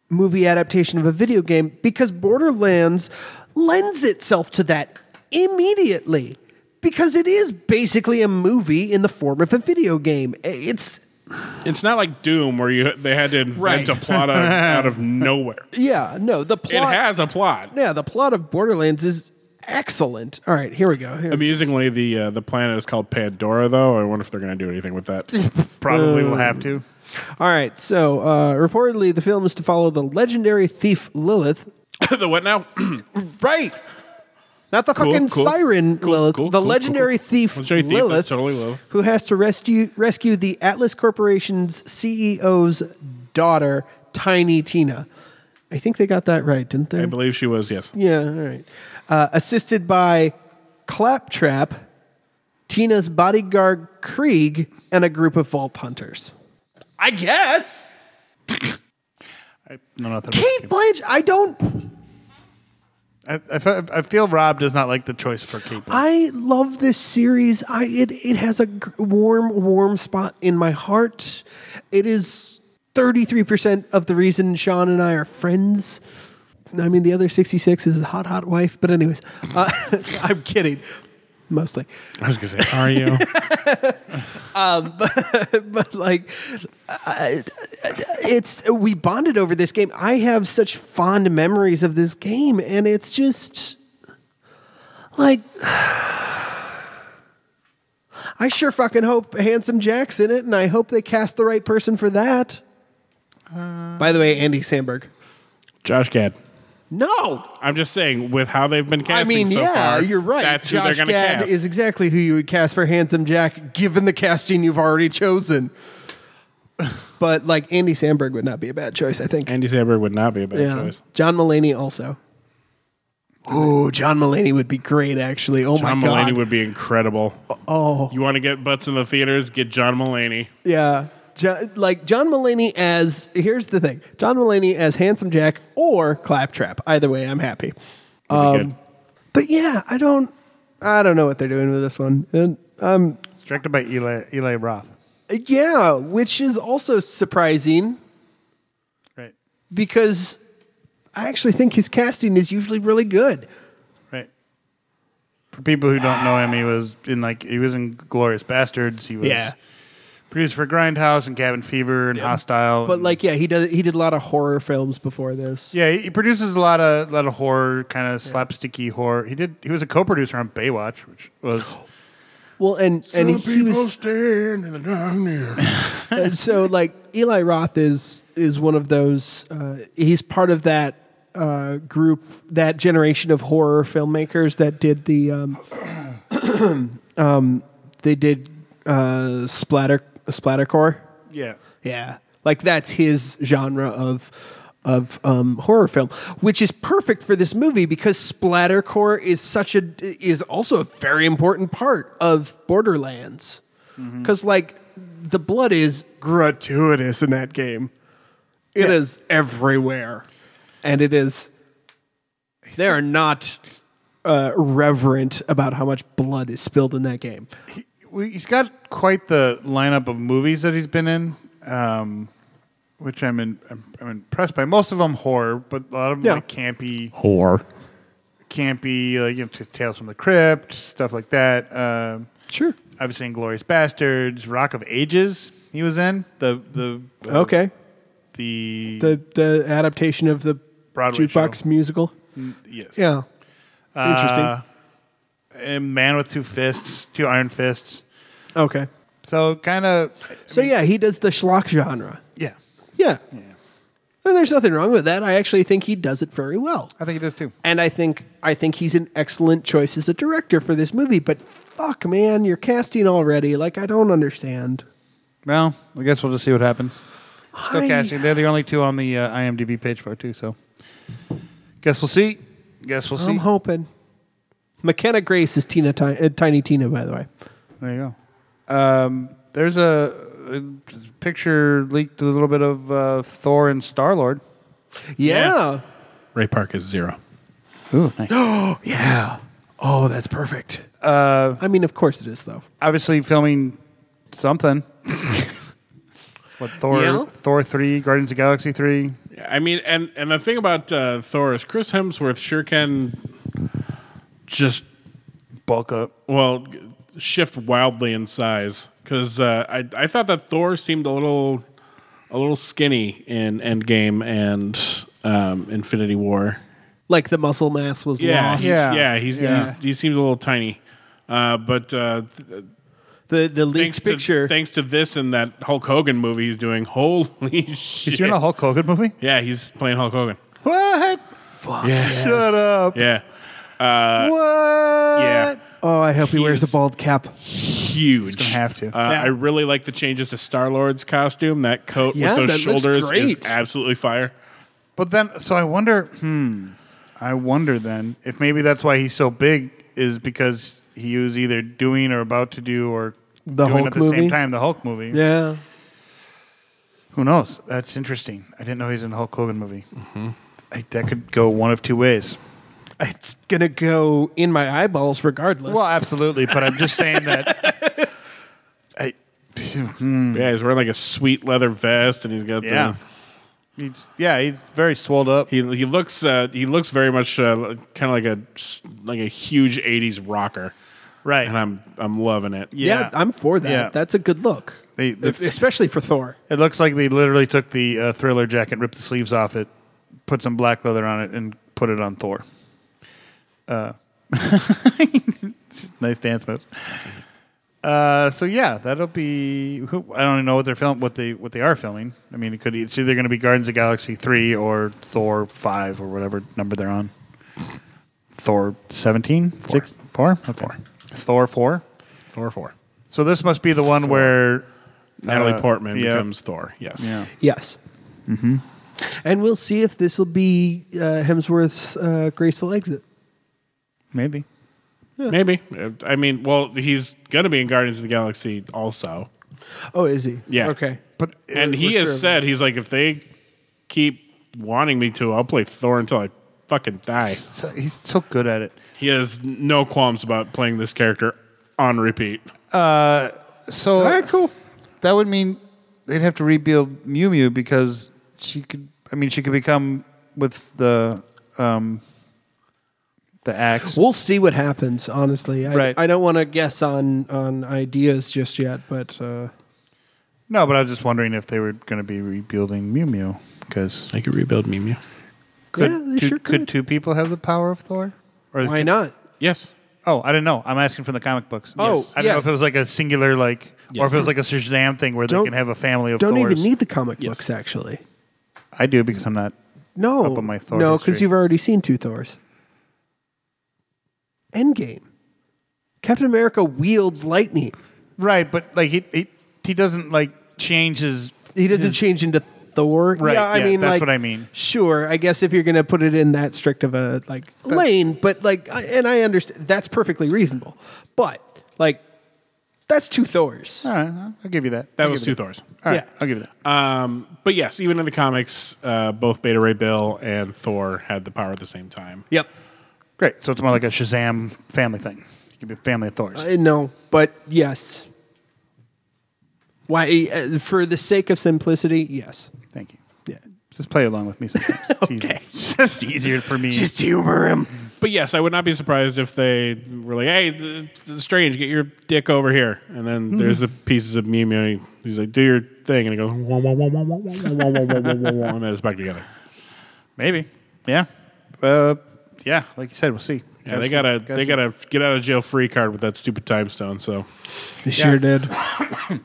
movie adaptation of a video game because Borderlands lends itself to that immediately because it is basically a movie in the form of a video game. It's
It's not like Doom where you they had to
Right.
invent a plot out of, out of nowhere.
yeah, no, the
It
plot
has a plot.
Yeah, the plot of Borderlands is excellent. All right, here we go. Here.
Amusingly, the uh, the planet is called Pandora, though. I wonder if they're going to do anything with that.
Probably will have to.
All right, so uh, reportedly the film is to follow the legendary thief Lilith.
the what now?
Right. Not the
Cool,
fucking
cool.
siren Lilith,
cool,
the
cool,
legendary
cool, cool.
thief
Legendary thief,
Lilith,
that's totally Lilith.
who has to rescue rescue the Atlas Corporation's CEO's daughter, Tiny Tina. I think they got that right, didn't they?
I believe she was. Yes.
Yeah, all right. Uh, assisted by Claptrap, Tina's bodyguard Krieg, and a group of vault hunters. I guess.
No, nothing.
Kate Blanch, I don't.
I, I, fe- I feel Rob does not like the choice for Kate. Blanchett.
I love this series. I it it has a g- warm, warm spot in my heart. It is thirty three percent of the reason Sean and I are friends. I mean, the other sixty six is his hot, hot wife. But anyways, uh, I'm kidding, mostly.
I was going to say, are you?
but like uh, it's we bonded over this game i have such fond memories of this game and it's just like i sure fucking hope handsome jack's in it and i hope they cast the right person for that by the way andy sandberg
Josh Gad.
no
I'm just saying, with how they've been
I
casting
mean,
so
yeah,
far,
you're right.
That's who
Josh
they're going to
Gad
cast.
is exactly who you would cast for Handsome Jack, given the casting you've already chosen. but like Andy Samberg would not be a bad choice, I think.
Andy Samberg would not be a bad
yeah,
choice.
John Mulaney also. Ooh, John Mulaney would be great, actually. Oh
John
my god.
Mulaney would be incredible.
oh
You want to get butts in the theaters? Get John Mulaney.
yeah. Jo- like John Mulaney as here's the thing: John Mulaney as Handsome Jack or Claptrap. Either way, I'm happy. Um,
Would be good.
But yeah, I don't, I don't know what they're doing with this one. And
It's directed by Eli Eli Roth.
Yeah, which is also surprising
Right.
because I actually think his casting is usually really good.
Right. For people who don't know him, he was in like he was in Glorious Bastards. He was
Yeah.
produced for Grindhouse and Cabin Fever and Hostile.
But
and-
like, yeah, he does. He did a lot of horror films before this.
yeah, he he produces a lot of lot of horror, kind of slapsticky horror. He did. He was a co-producer on Baywatch, which was
Well, and and he was
stand in the darkness.
and so like Eli Roth is is one of those. Uh, he's part of that uh, group, that generation of horror filmmakers that did the. Um, um, they did uh, splatter splattercore.
yeah.
Yeah, like that's his genre of of um, horror film, which is perfect for this movie because splattercore is such a is also a very important part of Borderlands because like the blood is gratuitous in that game. It is everywhere, and it is. They are not uh, reverent about how much blood is spilled in that game.
We- He's got quite the lineup of movies that he's been in, um, which I'm, in, I'm I'm impressed by. Most of them horror, but a lot of them
Yeah.
like campy.
Whore.
campy, like you know, t- Tales from the Crypt, stuff like that. Um,
Sure.
obviously, Inglorious Bastards, Rock of Ages. He was in the the uh,
Okay.
the,
The the adaptation of the
Broadway
jukebox
show.
musical.
yes
Yeah.
Uh, and Man with Two Fists, Two Iron Fists.
Interesting. Okay.
So kind of
So yeah, he does the schlock genre.
yeah,
Yeah. And there's nothing wrong with that. I actually think he does it very well.
I think he does too.
And I think I think he's an excellent choice as a director for this movie, but fuck man, you're casting already. Like I don't understand.
Well, I guess we'll just see what happens. Still
I-
casting. They're the only two on the uh, IMDb page for it too. So guess we'll see. Guess we'll see.
I'm hoping. McKenna Grace is Tina Ti- uh, Tiny Tina by the way.
There you go. Um, there's a uh, picture leaked a little bit of uh, Thor and Star Lord.
Yeah.
Ray Park is zero.
Ooh, nice.
Oh, yeah. Oh, that's perfect. I mean, of course it is, though.
Obviously, filming something. what Thor?
Yeah.
Thor three, Guardians of the Galaxy three.
I mean, and and the thing about uh, Thor is Chris Hemsworth sure can just
Bulk up.
well g- shift wildly in size because uh, I I thought that Thor seemed a little a little skinny in Endgame and um, Infinity War.
Like the muscle mass was lost.
yeah,
Yeah.
yeah. He's,
Yeah.
he's he seemed a little tiny, uh, but uh, th-
The the leaked
thanks
picture.
to thanks to this and that Hulk Hogan movie he's doing. Holy shit!
Is you in a Hulk Hogan movie?
Yeah, he's playing Hulk Hogan.
What? Fuck. Shut up.
Yeah,
what?
yeah.
oh, I hope he,
He
wears
is-
a bald cap.
huge.
gonna have to.
Uh, I really like the changes to Star Lord's costume. That coat
Yeah,
with those
that looks
shoulders is
great.
absolutely fire.
But then, so I wonder. Hmm. I wonder then if maybe that's why he's so big is because he was either doing or about to do or
The
doing
Hulk
at the
movie?
same time the Hulk movie.
Yeah.
Who knows? That's interesting. I didn't know he was in a Hulk Hogan movie. I, that could go one of two ways.
It's going to go in my eyeballs regardless.
Well, absolutely, but I'm just saying that. I,
Yeah, he's wearing like a sweet leather vest, and he's got
yeah, he's yeah, he's very swolled up.
the he he looks uh, he looks very much uh, kind of like a like a huge '80s rocker,
right,
and I'm I'm loving it.
yeah,
yeah.
I'm for that.
Yeah.
That's a good look.
They-
If- especially for Thor.
it looks like they literally took the uh, thriller jacket, ripped the sleeves off it, put some black leather on it, and put it on Thor. Uh, nice dance moves. Uh, so yeah, that'll be. Who, I don't even know what they're film, what they what they are filming. I mean, it could it's either going to be Guardians of the Galaxy three or Thor five or whatever number they're on. Thor 17? Six, four? Okay. Thor four.
Thor four.
So this must be the one where
Natalie
Uh,
Portman
yeah.
becomes Thor. Yes.
yeah.
Yes. Mm-hmm. And we'll see if this will be uh, Hemsworth's uh, graceful exit.
maybe.
Maybe. Uh, I mean, well, he's gonna be in Guardians of the Galaxy also.
Oh, is he?
Yeah.
Okay.
But
and he
we're
has
sure of
said he's like, if they keep wanting me to, I'll play Thor until I fucking die.
So, he's so good at it.
He has no qualms about playing this character on repeat.
So
All right, cool.
that would mean they'd have to rebuild Mew Mew because she could. I mean, she could become with the um, the axe.
We'll see what happens. Honestly, I,
Right.
I don't want to guess on on ideas just yet, but uh,
No, but I was just wondering if they were going to be rebuilding Mew Mew because
They could rebuild Mew.
could,
yeah, they
two,
sure
could
could.
two people have the power of Thor? Or
Why
could-
not?
Yes.
Oh, I didn't know. I'm asking from the comic books.
Oh,
I don't
yeah.
know if it was like a singular like, or if it was like a Shazam thing where
Don't-
they can have a family of.
Don't
Thors.
even need the comic
Yes.
books actually.
I do because I'm not.
No,
Up on my Thor
no, because
history.
you've already seen two Thors. Endgame. Captain America wields lightning.
Right, but like he he, he doesn't like change his.
He doesn't change into Thor.
Right,
Yeah, I
yeah,
mean,
that's
like,
what I mean.
Sure, I guess if you're going to put it in that strict of a like lane, but like, I- and I understand that's perfectly reasonable, but like, that's two Thors.
All right, I'll give you that.
That
I'll
was
give you
two Thors.
All right,
Yeah.
I'll give you that.
Um, but yes, even in the comics, uh, both Beta Ray Bill and Thor had the power at the same time.
Yep.
Great. So it's more like a Shazam family thing. You could be a family of Thors.
Uh, no, but yes. Why? Uh, for the sake of simplicity, yes.
Thank you.
Yeah.
Just play along with me sometimes. It's easier. It's just easier for me.
humor him.
But yes, I would not be surprised if they were like, "Hey, th- th- Strange, get your dick over here." And then there's the pieces of Mew Mew. and he- He's like, "Do your thing," and he goes, "Wah, wah, wah, wah, wah, wah, wah, wah, wah, wah, wah, wah," and then it's back together.
Maybe. Yeah. Uh, yeah, like you said, we'll see.
Yeah, they gotta they gotta get out of jail free card with that stupid time stone. So
They sure did.
Uh,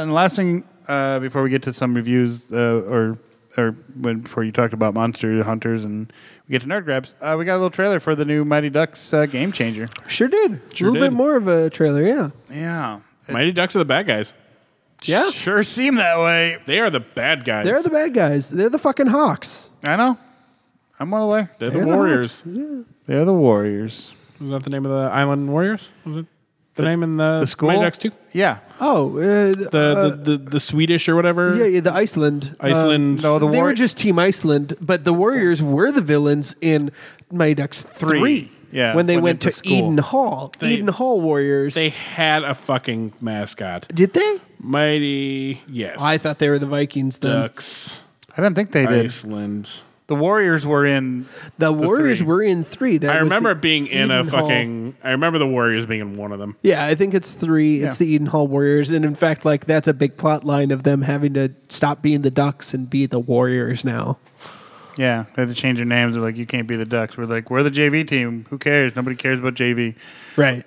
and the last thing uh, before we get to some reviews, uh, or or when, before you talked about monster hunters and we get to nerd grabs, uh, we got a little trailer for the new Mighty Ducks uh, game changer.
Sure did. a little
did.
bit more of a trailer, yeah.
Yeah.
Mighty Ducks are the bad guys.
Yeah.
Sure seemed that way.
They are the bad guys.
They're the bad guys. They're the fucking Hawks.
I know. I'm all the way.
They're the
They're the
Warriors.
Hawks. Yeah.
They're the Warriors.
Was that the name of the island Warriors? Was it? the, name in the,
The school?
Mighty Ducks 2?
Yeah.
Oh, uh,
The,
uh,
the, the, the Swedish or whatever?
yeah, yeah, the Iceland. uh,
Iceland.
Um, No, the
they
war-
were just Team Iceland, but the Warriors were the villains in Mighty Ducks three.
Three, yeah,
when they
when
went
they-
to
the school.
Eden Hall,
They-
Eden Hall Warriors.
they had a fucking mascot.
did they?
Mighty, yes.
I thought they were the Vikings. Then.
Ducks,
I don't think they did.
Iceland.
The Warriors were in.
The, Warriors
three.
were in three. That
I
was
remember
the
being in a
Eden Hall-
fucking. I remember the Warriors being in one of them.
Yeah, I think it's three. It's
Yeah.
the Eden Hall Warriors, and in fact, like that's a big plot line of them having to stop being the Ducks and be the Warriors now.
Yeah, they had to change their names. They're like, you can't be the Ducks. We're like, we're the JV team. Who cares? Nobody cares about JV.
Right.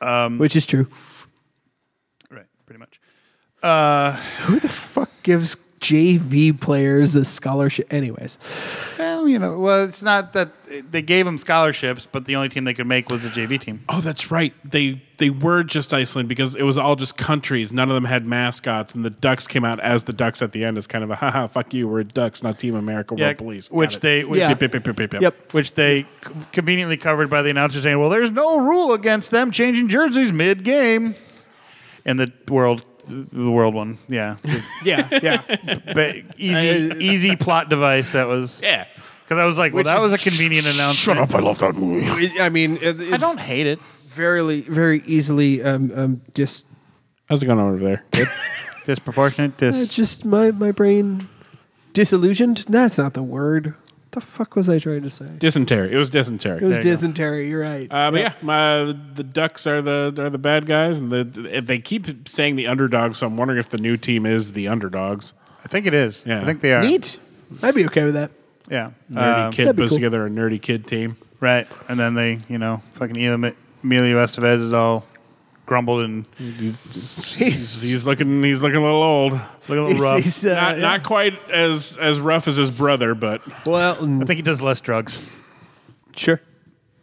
Um,
Which is true.
Right, pretty much.
Who the fuck gives JV players a scholarship? Anyways,
Well, you know, well, it's not that they gave them scholarships, but the only team they could make was the JV team.
Oh, that's right. They they were just Iceland because it was all just countries. None of them had mascots, and the Ducks came out as the Ducks at the end as kind of a haha, fuck you, we're Ducks, not Team America, we're
Yeah,
police. Got
which
it.
they- which-
Yeah.
Yep, yep, yep, yep, yep, yep.
Yep.
Which they co- conveniently covered by the announcer saying, well, there's no rule against them changing jerseys mid game. And the world, the world one. Yeah.
yeah, yeah.
but easy, easy plot device that was.
Yeah.
Because I was like, well,
Which
that was
is-
a convenient announcement.
Shut up! I love that movie.
I mean, it, it's
I don't hate it.
very, very easily um, um, just
How's it going over there?
Disproportionate.
uh,
Dis-
just my my brain disillusioned. No, that's not the word. the fuck was I trying to say?
dysentery. It was
It
dysentery.
was
you go.
dysentery. You're right.
Uh, but yeah, my, the Ducks are the are the bad guys, and the, they keep saying the underdogs. So I'm wondering if the new team is the underdogs.
I think it is.
Yeah.
I think they are.
Neat. I'd be okay with that.
Yeah.
Nerdy
Um,
kid
that'd be
puts
cool.
together a nerdy kid team.
Right. And then they, you know, fucking Emilio Emilio Estevez is all grumbled and
He's, he's looking he's looking a little old.
look a little
He's-
rough.
he's, uh,
not
yeah.
not quite as as rough as his brother, but
well.
I
mm,
think he does less drugs.
Sure.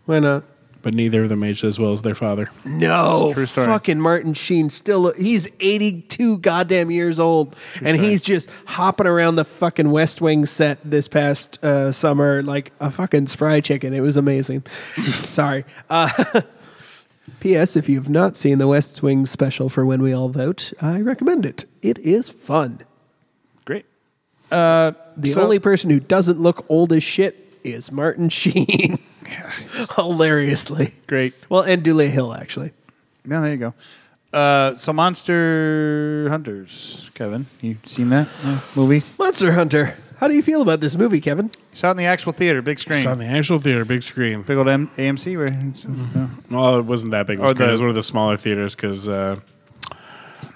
Why not?
but neither of them aged as well as their father.
No,
True story.
fucking Martin Sheen still he's 82 goddamn years old and he's just hopping around the fucking West Wing set this past uh, summer like a fucking spry chicken. It was amazing. Sorry. Uh, PS if you've not seen the West Wing special for when we all vote, I recommend it. It is fun.
Great.
Uh, The
So-
only person who doesn't look old as shit is Martin Sheen. Hilariously.
Great.
Well, and Dule Hill actually.
No, there you go. Uh, so Monster Hunters, Kevin, you seen that uh, movie?
Monster Hunter. How do you feel about this movie, Kevin?
Saw it in the actual theater, big screen.
It's on the Mm-hmm. actual theater, big screen.
Big old M- AMC. Where, no.
Well, it wasn't that big. Of a
Or
screen.
Oh, the-
it was one of the smaller theaters because uh,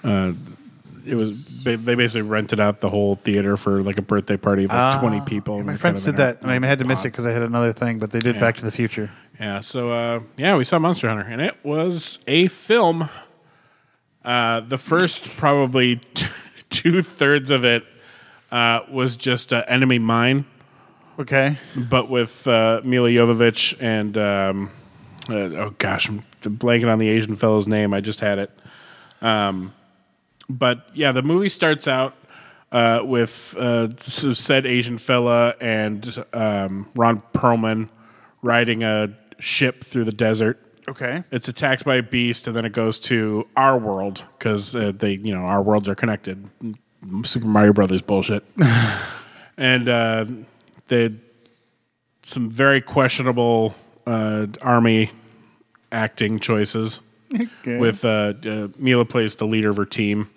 uh, it was they they basically rented out the whole theater for like a birthday party of like twenty people. and
Ah. My
we
friends
kind
did
of inter-
that, and I had to miss it because I had another thing, but they did
Yeah.
Back to the Future.
Yeah. So uh, yeah, we saw Monster Hunter, and it was a film. Uh, the first probably two thirds of it uh, was just uh, enemy mine,
Okay.
but with uh, Mila Jovovich and um, uh, oh gosh, I'm blanking on the Asian fellow's name. I just had it. Um, but yeah, the movie starts out uh, with uh, s- said Asian fella and um, Ron Perlman riding a ship through the desert.
Okay.
It's attacked by a beast, and then it goes to our world because uh, they, you know, our worlds are connected. Super Mario Brothers bullshit, and uh, they some very questionable uh, army acting choices.
Okay.
With uh, uh, Mila plays the leader of her team.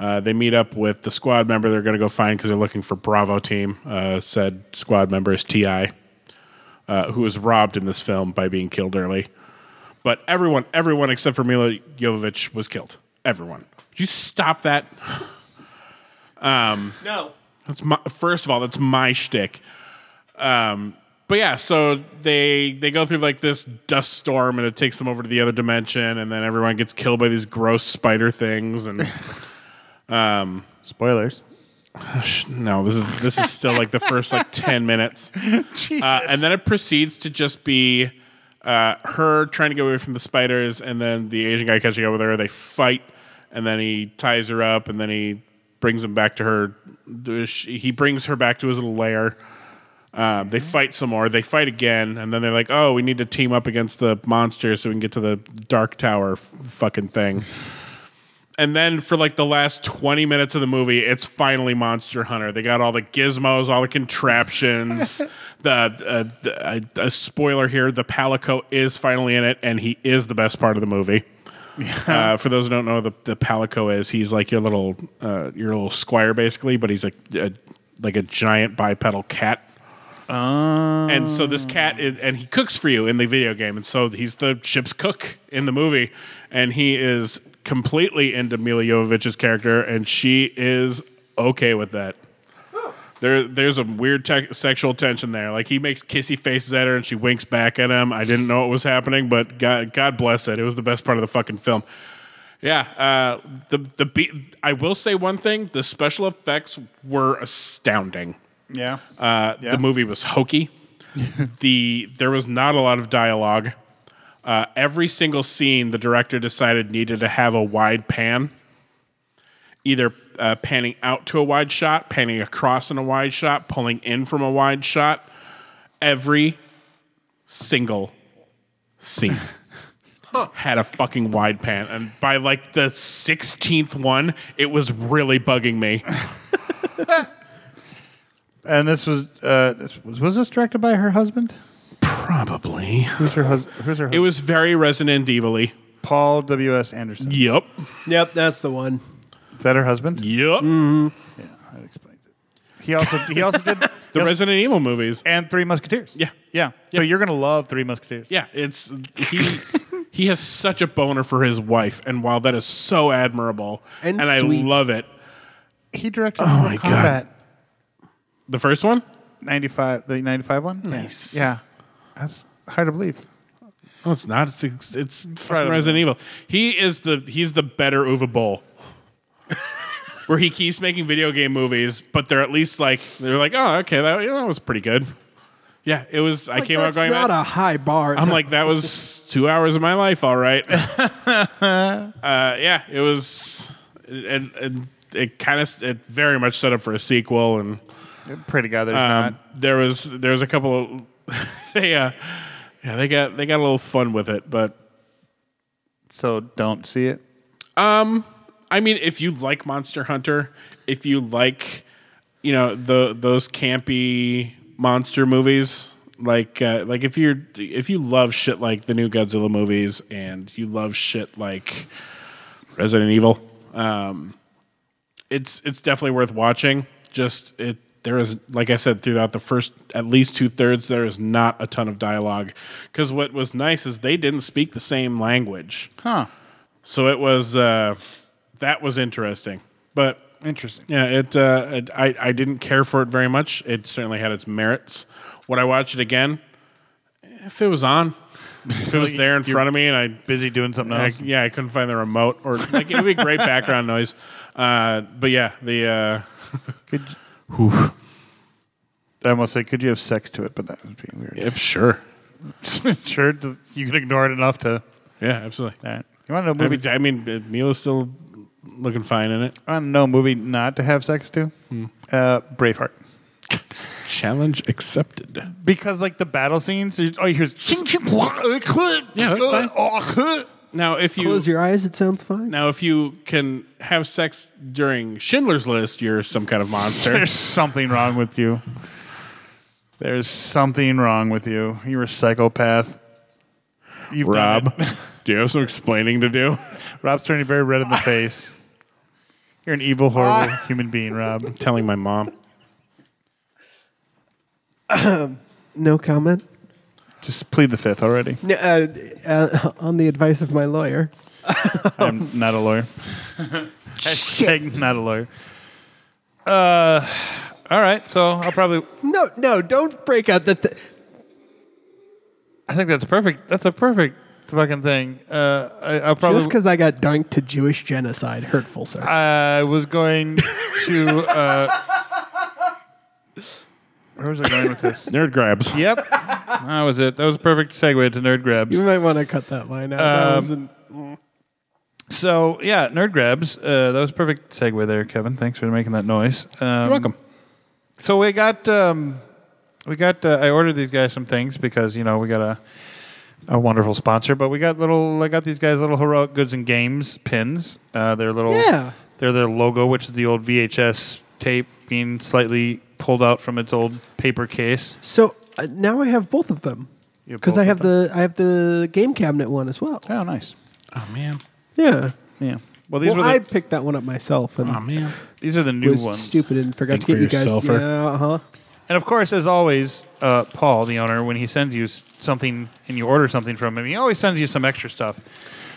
Uh, they meet up with the squad member they're going to go find because they're looking for Bravo team. Uh, said squad member is Ti, uh, who was robbed in this film by being killed early. But everyone, everyone except for Mila Jovovich was killed. Everyone. Did you stop that?
No.
That's my first of all, that's my shtick. Um, but yeah, so they they go through like this dust storm, and it takes them over to the other dimension, and then everyone gets killed by these gross spider things. And
Spoilers.
no, this is this is still like the first like ten minutes, uh, and then it proceeds to just be uh, her trying to get away from the spiders, and then the Asian guy catching up with her. They fight, and then he ties her up, and then he brings him back to her. He brings her back to his little lair. Um, they fight some more. They fight again, and then they're like, "Oh, we need to team up against the monsters so we can get to the Dark Tower f- fucking thing." And then for like the last twenty minutes of the movie, it's finally Monster Hunter. They got all the gizmos, all the contraptions. the uh, the- uh, a spoiler here: the Palico is finally in it, and he is the best part of the movie. Uh, for those who don't know, the, the palico is he's like your little uh, your little squire basically, but he's a, a like a giant bipedal cat. And so this cat is, and he cooks for you in the video game, and so he's the ship's cook in the movie, and he is completely into Mila Jovovich's character, and she is okay with that. There, there's a weird te- sexual tension there. Like he makes kissy faces at her, and she winks back at him. I didn't know what was happening, but God, God bless it. It was the best part of the fucking film. Yeah, uh, the the beat. I will say one thing: the special effects were astounding.
Yeah.
Uh,
Yeah.
The movie was hokey. the there was not a lot of dialogue. Uh, every single scene, the director decided needed to have a wide pan, either uh, panning out to a wide shot, panning across in a wide shot, pulling in from a wide shot. Every single scene had a fucking wide pan, and by like the sixteenth one, it was really bugging me.
And this was uh, this was was this directed by her husband?
Probably,
Who's her husband? Who's her
it
husband?
was very Resident Evilly.
Paul W. S. Anderson.
Yep.
Yep, that's the one.
Is that her husband?
Yep.
Mm,
Yeah, that explains it. He also he also did
The
yes,
Resident Evil movies.
and Three Musketeers.
Yeah.
yeah. So you're gonna love Three Musketeers.
Yeah, it's he he has such a boner for his wife, and while that is so admirable
And
I
sweet.
love it.
He directed oh
my God. The first one?
ninety five the ninety five one.
Nice.
Yeah, that's hard to believe.
No, Oh, it's not. It's it's, it's fucking Resident Evil. He is the he's the better Uva Bowl. Where he keeps making video game movies, but they're at least like they're like, oh, okay, that, yeah, that was pretty good. Yeah, it was. I came out
That's
going,
not
that,
a high bar.
I'm like, that was two hours of my life, all right. uh, yeah, it was, and, and it kind of it very much set up for a sequel, and
Pretty guy, there's
um,
not.
there was there was a couple of they uh, yeah they got they got a little fun with it, but
So don't see it.
I mean, if you like Monster Hunter, if you like, you know, the those campy monster movies, like uh, like if you're if you love shit like the new Godzilla movies and you love shit like Resident Evil, um, it's it's definitely worth watching. Just it there is like I said throughout the first at least two thirds there is not a ton of dialogue because what was nice is they didn't speak the same language.
Huh.
So it was uh, that was interesting, but
Interesting.
yeah, it, uh, it I I didn't care for it very much. It certainly had its merits. Would I watch it again? If it was on, if it was there in front of me, and I
Busy doing something
I-
else.
yeah, I couldn't find the remote, or like it would be great background noise. Uh, but yeah, the uh,
Could you, I almost say, could you have sex to it? But that would be weird.
sure,
sure, th- you can ignore it enough to.
yeah, absolutely.
All right. You want to know a
I
movie?
mean, I mean, uh, Mila's still looking fine in it.
I want to know a movie not to have sex to. Uh, Braveheart.
Challenge accepted.
Because like the battle scenes, you- oh, you hear. uh,
Yeah, that's Now, if you
Close your eyes. It sounds fine.
Now, if you can have sex during Schindler's List, you're some kind of monster.
There's something wrong with you. There's something wrong with you. You're a psychopath. You've done
Rob, do you have some explaining to do?
it. Rob's turning very red in the face. You're an evil, horrible human being, Rob.
Telling my mom.
No comment.
Just plead the fifth already.
N- uh, uh, on the advice of my lawyer.
I'm not a lawyer. Hashtag not a lawyer. Uh, all right. So I'll probably.
No, no, don't break out the. Th-
I think that's perfect. That's a perfect fucking thing. Uh, I, I'll probably.
Um,
Just because I got dunked to Jewish genocide, hurtful, sir.
I was going to. Uh, where was I going with this?
Nerd grabs.
Yep, that was it. That was a perfect segue to nerd grabs.
you might want to cut that line
Um,
out. That wasn't-
So yeah, nerd grabs. Uh, that was a perfect segue there, Kevin. Thanks for making that noise. Um, You're welcome. So we got um,
we got. Uh, I ordered these guys some things because you know we got a a wonderful sponsor, but we got little. I got these guys little heroic goods and games pins. Uh, they're little.
Yeah.
They're their logo, which is the old VHS tape being slightly pulled out from its old paper case.
So uh, now I have both of them
You have
because
both
I
of
have the I have the game cabinet one as well.
Oh, nice.
Oh man.
Yeah.
Yeah. Well, these
well,
were the,
I picked that one up myself and
Oh man.
these are the new
was
ones.
stupid and forgot to
Think
get
for
you guys.
yourself,
Yeah,
or-
uh-huh.
And of course, as always, uh, Paul, the owner, when he sends you s- something and you order something from him, he always sends you some extra stuff.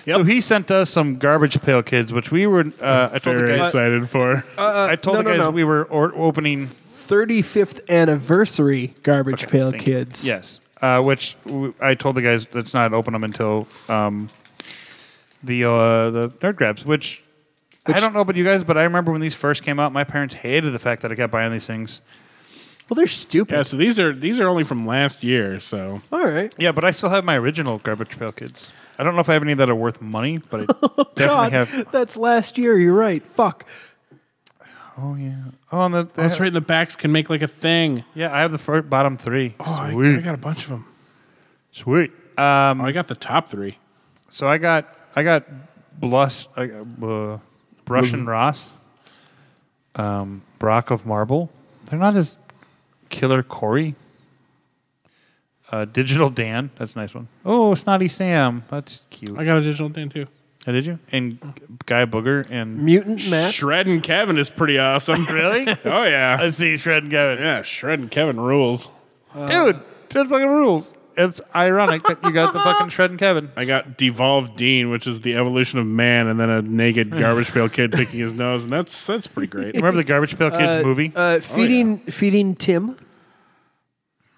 So he sent us some garbage pail kids, which we were. Uh, I told the
Very
guys.
excited for.
I told
no,
the
no,
guys
no.
we were or- opening
35th anniversary Garbage Pail
Thank you.
Kids.
Yes. Uh, which w- I told the guys let's not open them until um, the uh, the nerd grabs. Which, I don't know about you guys, but I remember when these first came out, my parents hated the fact that I kept buying these things.
Well, they're stupid.
Yeah, so these are these are only from last year, so
All right.
Yeah, but I still have my original Garbage Pail Kids. I don't know if I have any that are worth money, but I definitely
God,
have.
that's last year. You're right. Fuck.
Oh yeah. Oh, and the,
that's right. The backs can make like a thing.
Yeah, I have the first, bottom three.
Oh, I,
Sweet.
I got a bunch of them.
Sweet.
Oh, I got the top three.
So I got I got Blush I got, uh, Brush
Mm-hmm.
and Ross, um, Brock of Marble. They're not as killer Corey. Uh, Digital Dan, that's a nice one. Oh, Snotty Sam, that's cute.
I got a digital thing too.
Oh, did you? And Guy Booger and
Mutant Matt.
Shred and Kevin is pretty awesome.
really?
oh yeah,
Let's see, Shred and Gavin.
yeah. Shred and Kevin rules.
Dude, that fucking rules. It's ironic that you got the fucking Shred and Kevin.
I got devolved Dean, which is the evolution of man, and then a naked garbage pail kid picking his nose, and that's that's pretty great.
Remember the Garbage Pail Kids movie? Oh,
Uh, feeding feeding Tim.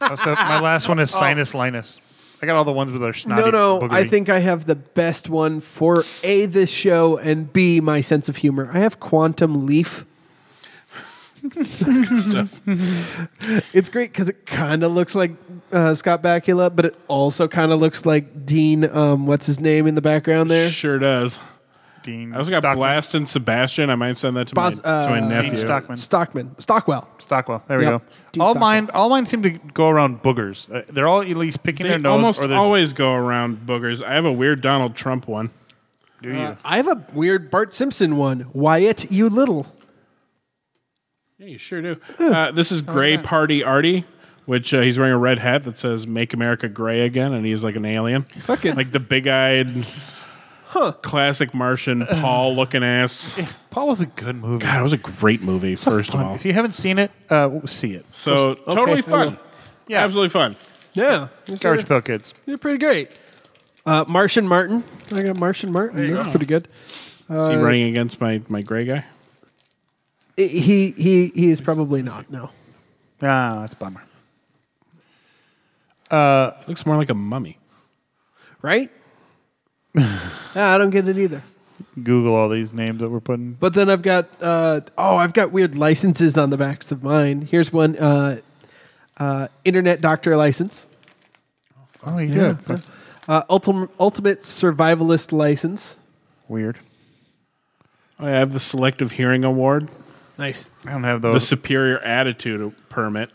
Also, my last one is Sinus Linus. I got all the ones with our snotty.
oh. No, no. I
boogery.
think I have the best one for A, this show, and B, my sense of humor. I have Quantum Leaf. It's great because it kind of looks like uh, Scott Bakula, but it also kind of looks like Dean, um, what's his name in the background there?
Sure does.
Dean
I also got
Stock-
Blast and Sebastian. I might send that to
Bos-
my to my
uh,
nephew.
Dean Stockman.
Stockman. Stockwell.
Stockwell. There we
Yep.
go.
Dean
all
Stockwell.
mine, all mine seem to go around boogers. Uh, they're all at least picking
They
their nose.
almost
or there's-
always go around boogers. I have a weird Donald Trump one.
Do you?
Uh, I have a weird Bart Simpson one. Wyatt, you little.
Yeah, you sure do. Uh, this is Gray Party Artie, which uh, he's wearing a red hat that says "Make America Gray Again," and he's like an alien,
Fucking-
like the big-eyed, classic Martian Paul-looking ass.
Paul was a good movie.
God, it was a great movie. First of
Fun.
all,
If you haven't seen it, uh, see it.
so totally fun.
Yeah.
absolutely fun.
Yeah.
Garbage Pail Kids.
You're pretty great. Uh, Martian Martin. I got Martian Martin. That's pretty good.
Is he running against my my gray guy?
I- He he he is probably not. No.
Ah, that's a bummer.
Looks more like a mummy.
Right? No, I don't get it either.
Google all these names that we're putting.
But then I've got uh, oh I've got weird licenses on the backs of mine. Here's one uh, uh, internet doctor license,
Oh, you yeah.
uh, ultim- ultimate survivalist license.
Weird.
Oh, I have the Selective Hearing Award,
Nice.
I don't have
the
those.
Superior Attitude Permit.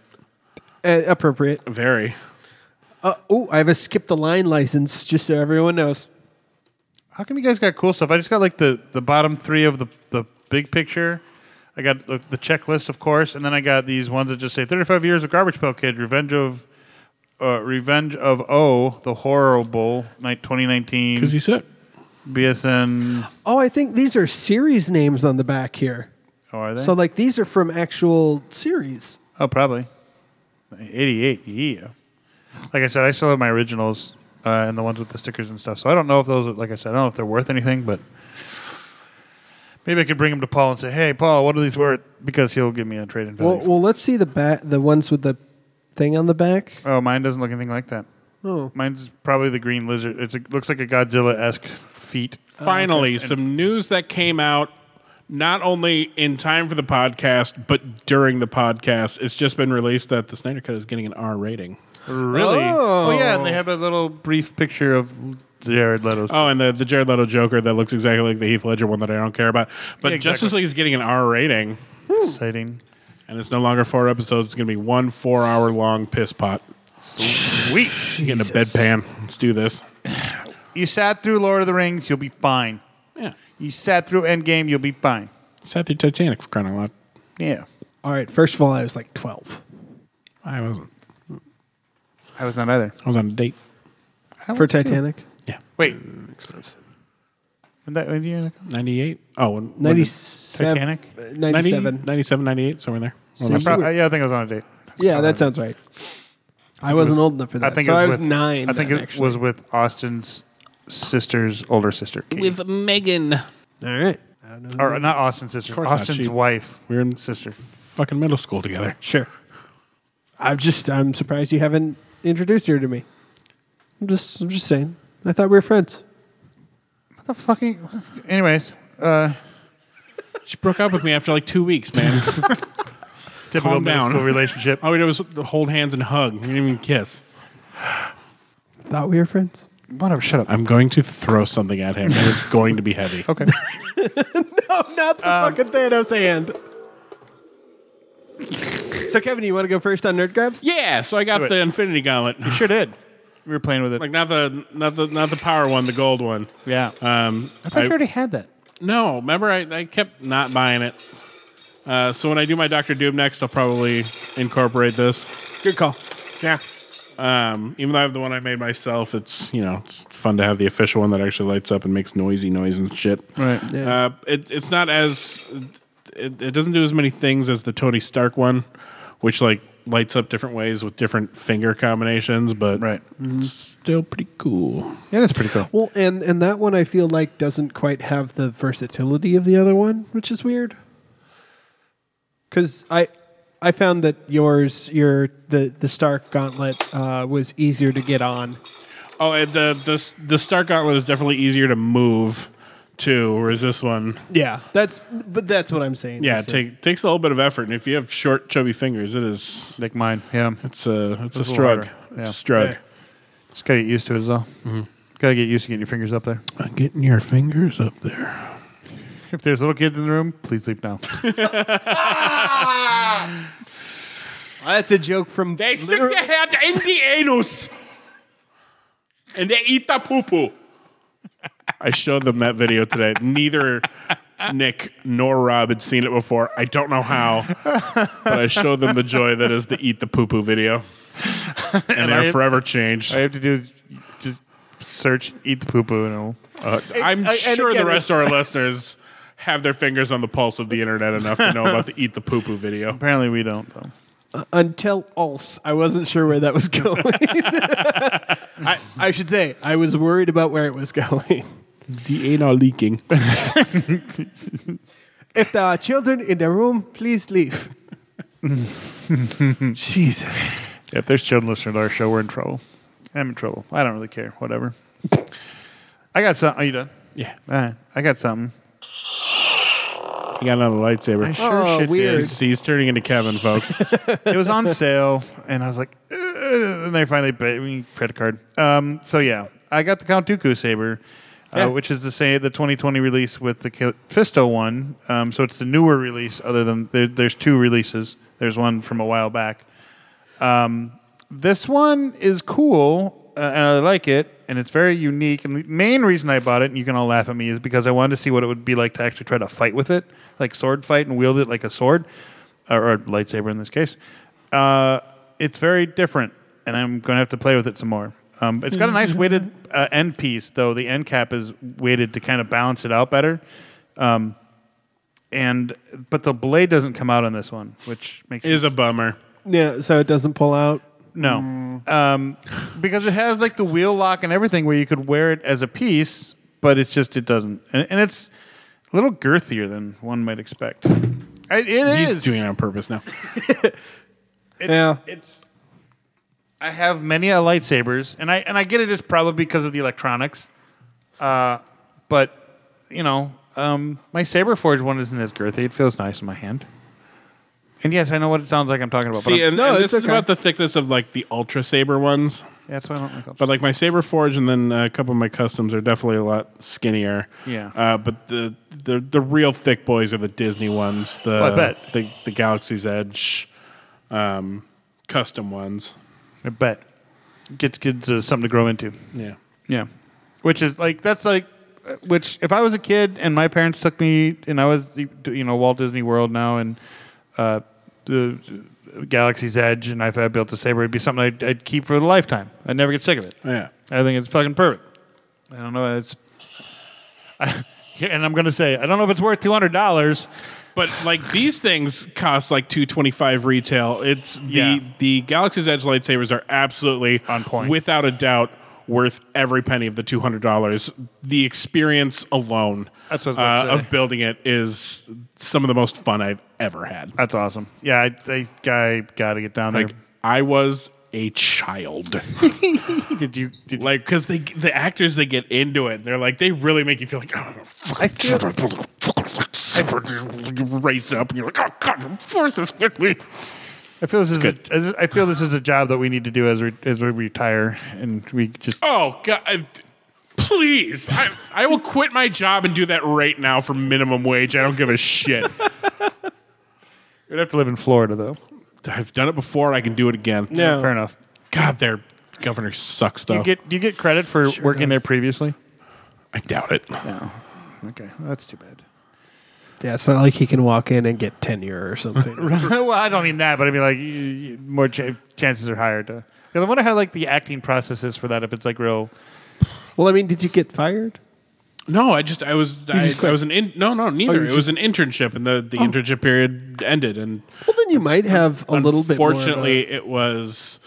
Uh, appropriate.
Very.
Uh, oh, I have a skip the line license, just so everyone knows.
How come you guys got cool stuff? I just got like the, the bottom three of the, the big picture. I got the, the checklist, of course, and then I got these ones that just say 35 years of Garbage Pail Kid, Revenge of uh, Revenge of O, The Horrible, night 2019,
Because he said,
BSN.
Oh, I think these are series names on the back here.
Oh, are they?
So like these are from actual series.
oh, probably. 88, yeah. Like I said, I still have my originals uh, and the ones with the stickers and stuff. So I don't know if those, are, like I said, I don't know if they're worth anything, but maybe I could bring them to Paul and say, hey, Paul, what are these worth? Because he'll give me a trade in value.
Well, well, let's see the back, the ones with the thing on the back.
Oh, mine doesn't look anything like that.
Oh,
Mine's probably the green lizard. It's a, looks like a Godzilla esque feet.
finally, some news that came out not only in time for the podcast, but during the podcast. It's just been released that the Snyder Cut is getting an R rating.
Really? Oh. yeah, and they have a little brief picture of Jared Leto's.
Oh, and the, the Jared Leto Joker that looks exactly like the Heath Ledger one that I don't care about. But
Yeah, exactly.
Justice League is getting an R rating.
Exciting.
and it's no longer four episodes. It's going to be one four-hour-long piss pot.
Sweet.
Getting a bedpan. Let's do this.
You sat through Lord of the Rings, you'll be fine.
Yeah.
You sat through Endgame, you'll be fine.
Sat through Titanic for crying out loud.
Yeah.
All right. First of all, I was like twelve.
I wasn't.
I was not either.
I was on a date.
for Titanic.
Yeah.
Wait.
Makes sense.
When that, when you-
98? Oh, when, when did-
97,
Titanic?
uh,
90,
97.
97, 98, somewhere there. Well,
I
that's-
prob- yeah, I think I was on a date.
Yeah, that sounds right. I wasn't old enough for
I
that.
think
so
it was
I was
with,
nine.
I think
then,
it
actually.
was with Austin's sister's older sister, Kate.
With Megan.
All right. I don't know.
or not Austin's sister,
course not.
Austin's
She-
wife.
we were in-
sister.
fucking middle school together.
Sure. I'm just. I'm surprised you haven't introduced her to me. I'm just. I'm just saying. I thought we were friends.
What the fucking? Anyways, uh,
She broke up with me after like two weeks, man.
typical
Calm
middle
down.
school relationship.
All we did was hold hands and hug. We didn't even kiss.
Thought we were friends.
Whatever. Shut up.
I'm going to throw something at him, and it's going to be heavy.
Okay.
Oh, Not the fucking Thanos hand. so Kevin, you want to go first on nerd grabs?
Yeah, so I got
Do it.
the Infinity Gauntlet.
sure did. We were playing with it.
Like not the not the not the power one, the gold one.
yeah.
Um,
I thought
I-
you already had that.
no, remember I, I kept not buying it. Uh, so when I do my Doctor Doom next, I'll probably incorporate this.
Good call.
Yeah.
Um, even though I have the one I made myself, it's you know it's fun to have the official one that actually lights up and makes noisy noise and shit.
Right.
Uh, it, it's not as it, it doesn't do as many things as the Tony Stark one, which like lights up different ways with different finger combinations, but
Right.
it's still pretty cool.
Yeah, that's pretty cool.
Well, and and that one I feel like doesn't quite have the versatility of the other one, which is weird. Because I I found that yours your the the Stark Gauntlet uh, was easier to get on.
Oh, and the the the Stark Gauntlet is definitely easier to move too, whereas this one,
Yeah, that's but that's what I'm saying.
yeah, it
So-
take, takes a little bit of effort, and if you have short, chubby fingers, it is
Like mine. Yeah.
it's a it's,
It's
a
a
struggle.
little harder.
It's a
Yeah.
struggle.
Just gotta get used to it, is all. Gotta get used to getting your fingers up there.
Getting your fingers up there.
If there's little kids in the room, please leave now.
that's a joke from
They stick their head in the anus. And they eat the poo poo.
I showed them that video today. Neither Nick nor Rob had seen it before. I don't know how, but I showed them the joy that is the eat the poo poo video. And,
I-
they're forever changed.
All you have to do is just search "eat the poo poo" and it'll.
Uh, I'm
I- and
sure
again,
the rest of our listeners have their fingers on the pulse of the internet enough to know about the eat the poo poo video.
Apparently, we don't though.
until else. I wasn't sure where that was going. I, I should say I was worried about where it was going.
The anal leaking.
If there are children in the room, please leave. Jesus.
If there's children listening to our show, we're in trouble. I'm in trouble. I don't really care. Whatever. I got something. Are you done?
Yeah,
All right. I got something.
he got another lightsaber.
I sure
Oh,
shit
weird.
did.
He's, he's turning into Kevin, folks.
It was on sale, and I was like, "Ugh," and they finally paid me credit card. Um, so yeah, I got the Count Dooku saber,
Yeah.
uh, which is the same the 2020 release with the Ki- Fisto one. Um, so it's the newer release. Other than there, there's two releases. There's one from a while back. this one is cool uh, and I like it and it's very unique and the main reason I bought it and you can all laugh at me is because I wanted to see what it would be like to actually try to fight with it like sword fight and wield it like a sword or, or lightsaber in this case uh, it's very different and I'm gonna have to play with it some more um, it's got a nice weighted uh, end piece though the end cap is weighted to kind of balance it out better um, and but the blade doesn't come out on this one which makes
is a bummer.
Yeah, so it doesn't pull out.
no, um, because it has like the wheel lock and everything, where you could wear it as a piece, but it's just it doesn't, and, and it's a little girthier than one might expect. I it
He's
is.
doing it on purpose now.
It's,
Yeah.
it's. I have many uh, lightsabers, and I and I get it is probably because of the electronics, uh, but you know, um, my saber forge one isn't as girthy. It feels nice in my hand. And yes, I know what it sounds like I'm talking about.
See,
but
and,
I'm-
and
it's
this is
okay.
about the thickness of like the Ultra Saber ones.
that's why I don't like those.
But like my Saber Forge and then uh, a couple of my customs are definitely a lot skinnier.
Yeah.
Uh, but the, the the real thick boys are the Disney ones. The
I bet.
the the Galaxy's Edge um, custom ones.
I bet. Gets kids uh, something to grow into.
Yeah.
Yeah. Which is like, that's like, uh, which if I was a kid and my parents took me and I was, you know, Walt Disney World now and uh, the Galaxy's Edge and if I built a saber, it'd be something I'd, I'd keep for a lifetime. I'd never get sick of it.
Yeah.
I think it's fucking perfect. I don't know. It's, I, and I'm going to say, I don't know if it's worth $200.
But like these things cost like two twenty five retail. It's the
Yeah.
the Galaxy's Edge lightsabers are absolutely
On point.
without a doubt worth every penny of the two hundred dollars. The experience alone
That's what I was about to
uh,
say.
of building it is some of the most fun I've ever had.
That's awesome. Yeah, I, I, I got to get down
Like I was a child,
there. Did you? Did
like because they the actors they get into it. They're like they really make you feel like oh,
I feel
you raise up and you're like oh god, force this with me.
I feel this is
good.
a, I feel this is a job that we need to do as we as we retire and we just
Oh God! I- Please, I, I will quit my job and do that right now for minimum wage. I don't give a shit.
we'd have to live in Florida though.
I've done it before. I can do it again.
No.
Fair enough.
God, their governor sucks
Do
though.
you get do you get credit for working there previously?
I doubt it.
Okay, that's too bad.
Yeah, it's not like he can walk in and get tenure or something.
well, I don't mean that, but I mean like you, you, more ch- chances are higher to. Because I wonder how like the acting process is for that. If it's like real,
well, I mean, did you get fired?
No, I just I was I,
just quit. Oh,
I was an in, no no neither.
you Oh.
it was an internship and the the internship period ended and
Well, then you might have a little bit. more of a-
Fortunately, it was.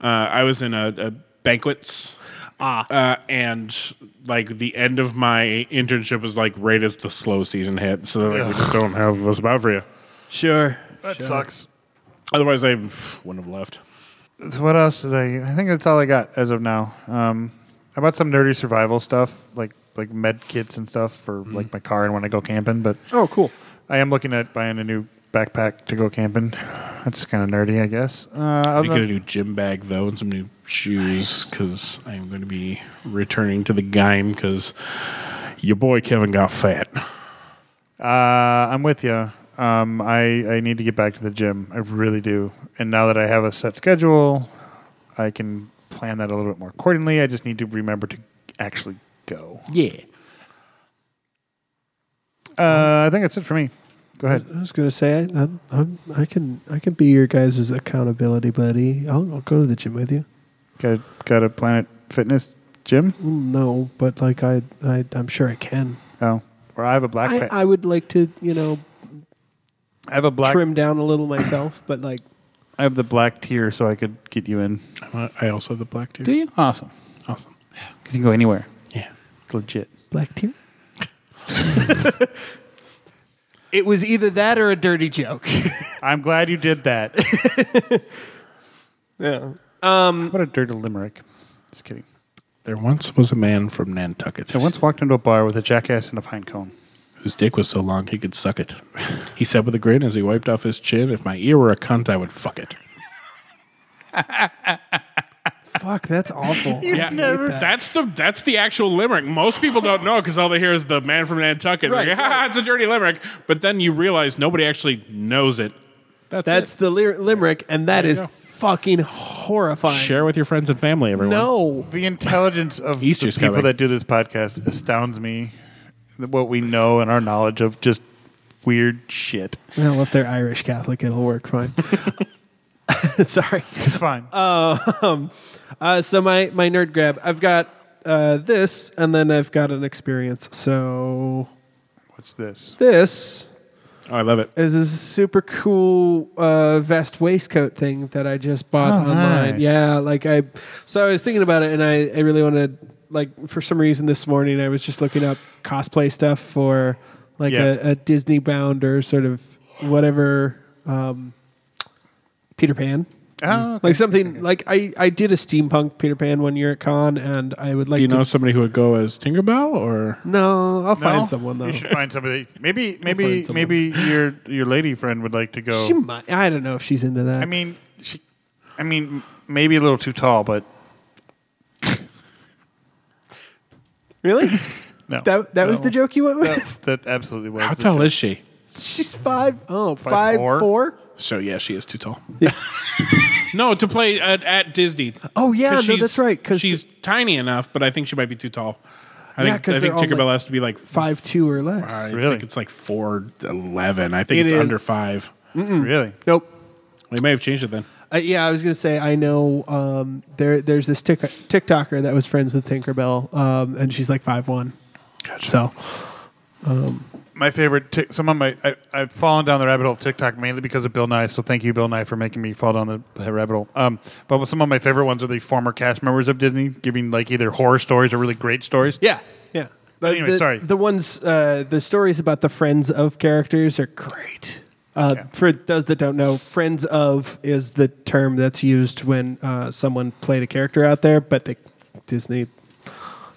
Uh, I was in a, a banquets. Ah. Uh, and like the end of my internship was like right as the slow season hit, so they're like, we just don't have what's about for you.
sure.
that sucks.
Otherwise, I wouldn't have left.
So what else did I? I think that's all I got as of now. Um, I bought some nerdy survival stuff, like like med kits and stuff for like my car and when I go camping. But
Oh, cool.
I am looking at buying a new backpack to go camping. That's kind of nerdy, I guess. Uh,
I
other
need to get a
than-
new gym bag though and some new shoes because I'm going to be returning to the game because your boy Kevin got fat.
uh, I'm with you. Um, I I need to get back to the gym. I really do. And now that I have a set schedule, I can plan that a little bit more accordingly. I just need to remember to actually go.
Yeah.
Uh, I think that's it for me. Go ahead.
I was gonna say I, I, I'm- I can I can be your guys' accountability buddy. I'll, I'll go to the gym with you.
Got a, got a Planet Fitness gym?
No, but like I, I I'm sure I can.
Oh, or I have a black.
I,
pa- I,
I would like to you know
have a black.
trim down a little myself, but like
I have the black tier, so I could get you in.
I also have the black too.
you? Awesome.
Awesome.
Because you can go anywhere.
Yeah.
It's legit.
black team. it was either that or a dirty joke.
I'm glad you did that.
yeah.
what a dirty limerick. Just kidding.
There once was a man from Nantucket.
I once walked into a bar with a jackass and a pine cone.
whose dick was so long he could suck it. He said with a grin as he wiped off his chin, If my ear were a cunt, I would fuck it.
Fuck, that's awful.
Yeah, that's the that's the actual limerick. Most people don't know because all they hear is the man from Nantucket. Right, like, ah, it's a dirty limerick. But then you realize nobody actually knows it. That's,
That's the lir- limerick, and that is
go.
fucking
it.
horrifying.
Share with your friends and family, everyone.
No,
The intelligence of
Easter's
the people
coming.
that do this podcast astounds me. What we know and our knowledge of just weird shit.
well, if they're Irish Catholic, it'll work fine. Sorry.
It's fine.
Uh, so my my nerd grab, I've got uh, this, and then I've got an experience. So
What's this?
this
Oh, I love it.
is a super cool uh, vest waistcoat thing that I just bought
Oh,
online.
nice.
Yeah, like I. So I was thinking about it, and I, I really wanted like for some reason this morning I was just looking up cosplay stuff for like
Yeah.
a, a Disney bound or sort of whatever um, Peter Pan.
Oh,
Like something like I, I did a steampunk Peter Pan one year at con, and I would like
Do you
to.
know somebody who would go as Tinkerbell or
no,
No?
I'll find someone though.
You should find somebody. Maybe,
find
maybe,
someone.
maybe your your lady friend would like to go.
She might. I don't know if she's into that.
I mean, she, I mean, maybe a little too tall, but
really?
no.
That that was the joke you went with.
That, that absolutely was.
how
the
tall
joke.
is she?
She's five. Oh, five,
Five,
four?
four?
So yeah, she is too tall. no, to play at, at Disney.
Oh, yeah, no,
she's-
that's right, 'cause-
she's tiny enough, but I think she might be too tall. I
Yeah,
think
'cause
I
they're
think
all
Tinkerbell
like-
has to be like
five two or less.
I
Really?
think it's like four eleven. I think
It
it's under
is.
five.
Really?
Nope.
They may have changed it then.
Uh, yeah, I was gonna say I know um, there. There's this Tik TikToker that was friends with Tinkerbell, um, and she's like five one. So um,
My favorite. Tick, some of my. I, I've fallen down the rabbit hole of TikTok mainly because of Bill Nye. So thank you, Bill Nye, for making me fall down the, the rabbit hole. Um, but some of my favorite ones are the former cast members of Disney giving like either horror stories or really great stories.
yeah, yeah. The,
Anyway,
the-
sorry.
The ones, uh, the stories about the friends of characters are great. Uh, For those that don't know, friends of is the term that's used when uh, someone played a character out there, but the Disney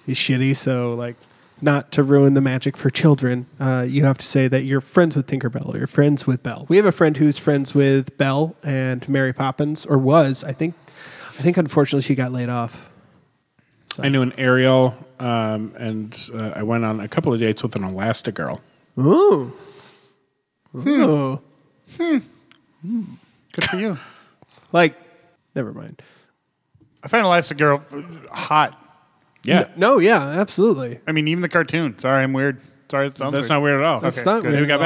is shitty. So like, not to ruin the magic for children, uh, you have to say that you're friends with Tinkerbell or you're friends with Belle. We have a friend who's friends with Belle and Mary Poppins, or was I think. I think unfortunately she got laid off.
I knew an Ariel, um, and uh, I went on a couple of dates with an Elastigirl.
Ooh. Ooh. Hmm.
Good for you.
Like, never mind.
I find Elastigirl hot.
Yeah,
No, yeah, absolutely.
I mean, even the cartoon. Sorry, I'm weird. Sorry, it sounds
that's
weird.
not weird at all.
That's not
good.
weird
Maybe
at
got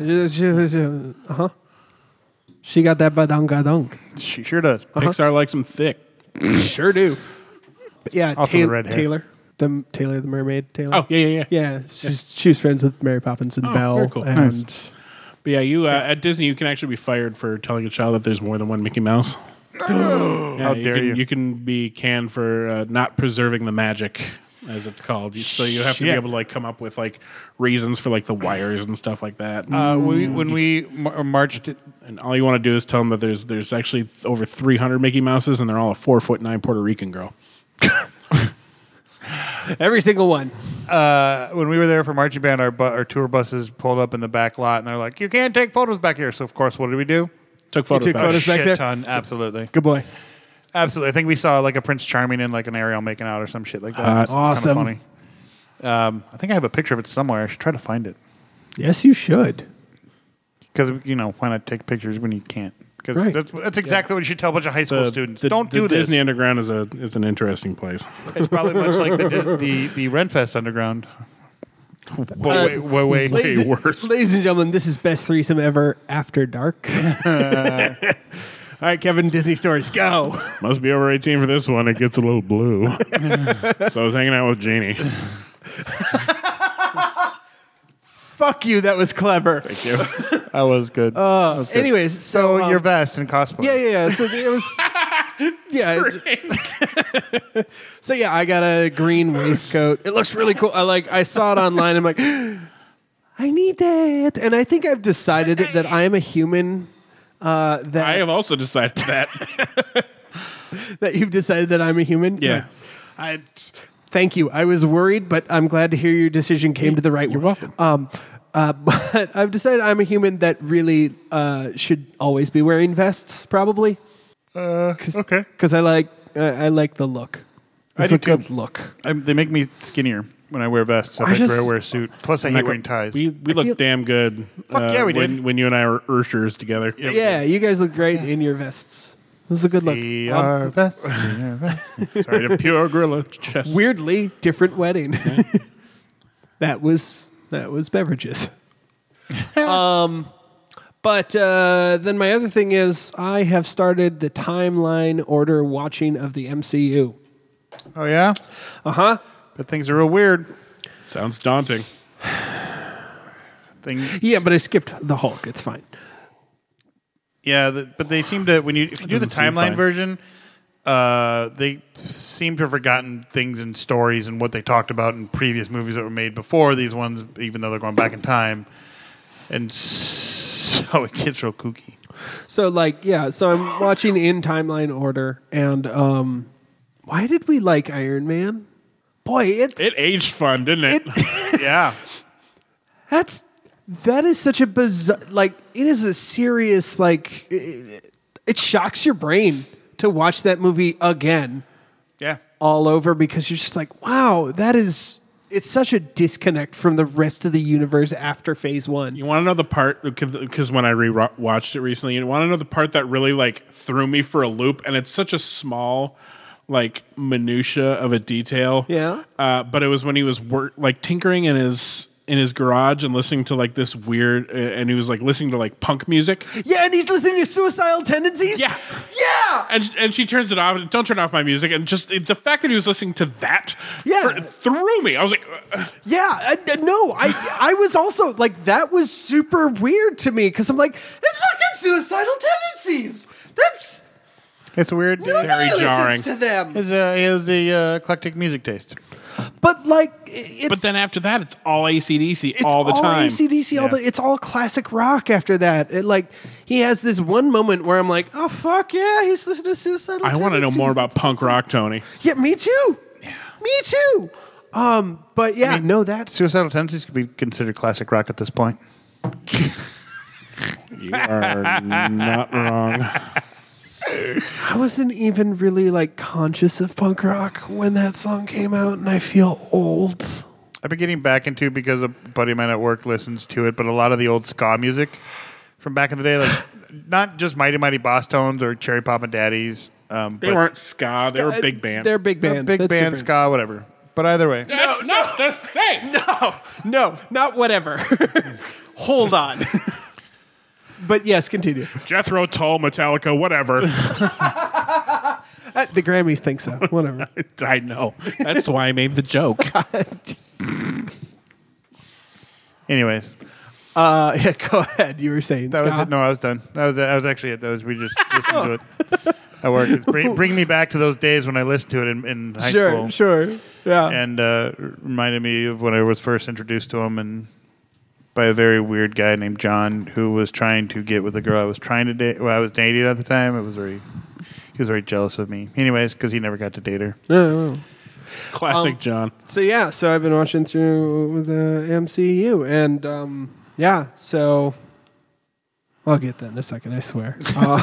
all.
back.
Yeah. Uh huh. She got that badonga dunk.
She sure does.
Uh-huh.
Pixar likes them thick.
Sure do. But yeah,
Also the
Taylor,
red hair.
Taylor, the m- Taylor the mermaid, Taylor.
Oh yeah, yeah, yeah.
yeah. Oh, She's she was friends with Mary Poppins and Belle,
very cool.
and
But yeah, you uh, at Disney, you can actually be fired for telling a child that there's more than one Mickey Mouse. Yeah,
How dare
can,
you.
You can be canned for uh, not preserving the magic, as it's called. You- So you have to be
Shit.
able to like come up with like reasons for like the wires and stuff like that.
Uh, we, when we mar- marched,
and all you want to do is tell them that there's there's actually th- over 300 Mickey Mouses, and they're all a four foot nine Puerto Rican girl.
every single one.
when we were there for marching band, our bu- our tour buses pulled up in the back lot, and they're like, "You can't take photos back here." So of course, what did we do?
Took photos.
took
back.
photos back
Shit
there?
ton, absolutely,
Good boy.
absolutely. I think we saw like a Prince Charming and like an Ariel making out or some shit like that. It was kinda
Awesome.
funny. Um, I think I have a picture of it somewhere. I should try to find it
Yes, you should.
because you know why not take pictures when you can't? Because
Right.
that's, that's exactly what you should tell a bunch of high school
The-
students.
the-
Don't
the
do this.
Disney Underground is a is an interesting place.
It's probably much like the the, the Renfest Underground.
Uh,
Way, way, way, way,
Ladies,
worse.
ladies and gentlemen, this is best threesome ever after dark. All right, Kevin, Disney stories, go.
Must be over 18 for this one. It gets a little blue. so I was hanging out with Jeannie.
Fuck you, that was clever.
That was good.
Anyways, so,
so
um,
Oh, your vest and cosplay.
yeah, yeah, yeah. So it was yeah. it's- so yeah, I got a green waistcoat. It looks really cool. I like. I saw it online. I'm like, I need that, and I think I've decided it that I am a human. Uh, that
I have also decided that.
that you've decided that I'm a human.
Yeah.
I. Thank you. I was worried, but I'm glad to hear your decision came to the right. You're
welcome.
Um, uh, but I've decided I'm a human that really uh, should always be wearing vests, probably. Cause,
Uh, okay.
Because I like uh, I like the look.
I
It's
do
a good
too.
look.
I'm, Um, they make me skinnier when I wear vests. So
I
I, prefer
just-
to wear a suit. Plus, I hate wearing ties.
We we looked
feel-
damn good. uh,
Fuck yeah, we
when,
did.
When you and I were Urshers together.
Yeah, you guys look great in your vests. It was a good look.
We
Um,
are vests. We are vests.
Right, a pure gorilla chest.
weirdly, different wedding. that was that was beverages. um, but uh, then my other thing is I have started the timeline order watching of the MCU.
oh yeah,
Uh huh.
but things are real weird.
Sounds daunting.
Thing,
Yeah, but I skipped the Hulk. It's fine.
yeah, the, but they seem to when you if you do the
Doesn't seem
timeline
fine.
version, uh, they seem to have forgotten things and stories and what they talked about in previous movies that were made before these ones, even though they're going back in time, and so it gets real kooky.
So like yeah, so I'm watching in timeline order, and um, why did we like Iron Man? Boy, it
It aged fun, didn't it? yeah.
that's that is such a bizarre like it is a serious like it, it shocks your brain to watch that movie again
Yeah.
all over because you're just like wow that is it's such a disconnect from the rest of the universe after phase one
You want to know the part because when I rewatched it recently, you want to know the part that really like threw me for a loop, and it's such a small, like minutia of a detail.
Yeah.
Uh, but it was when he was work like tinkering in his in his garage and listening to like this weird, uh, and he was like listening to like punk music.
yeah and he's listening to suicidal tendencies
Yeah.
yeah
And, and she turns it off. and, Don't turn off my music. And just the fact that he was listening to that
Yeah.
fr- threw me. I was like, uh,
Yeah, I, I- no, I I was also like that was super weird to me because I'm like it's fucking suicidal tendencies. That's
It's weird.
nobody listens
jarring.
to them.
His, uh, his the uh, eclectic music taste.
But like it's
but then after that, it's all ACDC
it's
all the time.
ACDC, all the it's all classic rock after that. It, like he has this one moment where I'm like, oh fuck yeah, he's listening to suicidal.
I want to know more
Tendencies.
about
That's
punk
awesome.
rock, Tony.
Yeah, me too. Me too. Um, but yeah, no, that
Suicidal tendencies could be considered classic rock at this point.
You are not wrong.
I wasn't even really like conscious of punk rock when that song came out, and I feel old.
I've been getting back into it because a buddy of mine at work listens to it, but a lot of the old ska music from back in the day, like not just Mighty Mighty Boss Tones or Cherry Pop and Daddies. Um,
They
but
weren't ska, They were
Uh,
big band.
They're big
they're
band.
big
That's
band
different.
ska, whatever. But either way,
That's not the same.
No, not whatever. Hold on. but yes, continue.
Jethro Tull, Metallica, whatever.
Uh, the Grammys think so. Whatever.
I know. That's why I made the joke.
anyways,
Uh, yeah, go ahead. You were saying
that was
ska.
it. No, I was done. That was that was actually it. That was we just listened to it at work. It's bring, bring me back to those days when I listened to it in, in high
sure,
school.
sure. Yeah.
and uh, reminded me of when I was first introduced to him, and by a very weird guy named John who was trying to get with the girl I was trying to date. Well, I was dating at the time. It was very, he was very jealous of me. Anyways, because he never got to date her.
Classic John.
so yeah, so I've been watching through uh, the MCU, and um, yeah, so I'll get that in a second. I swear. Uh,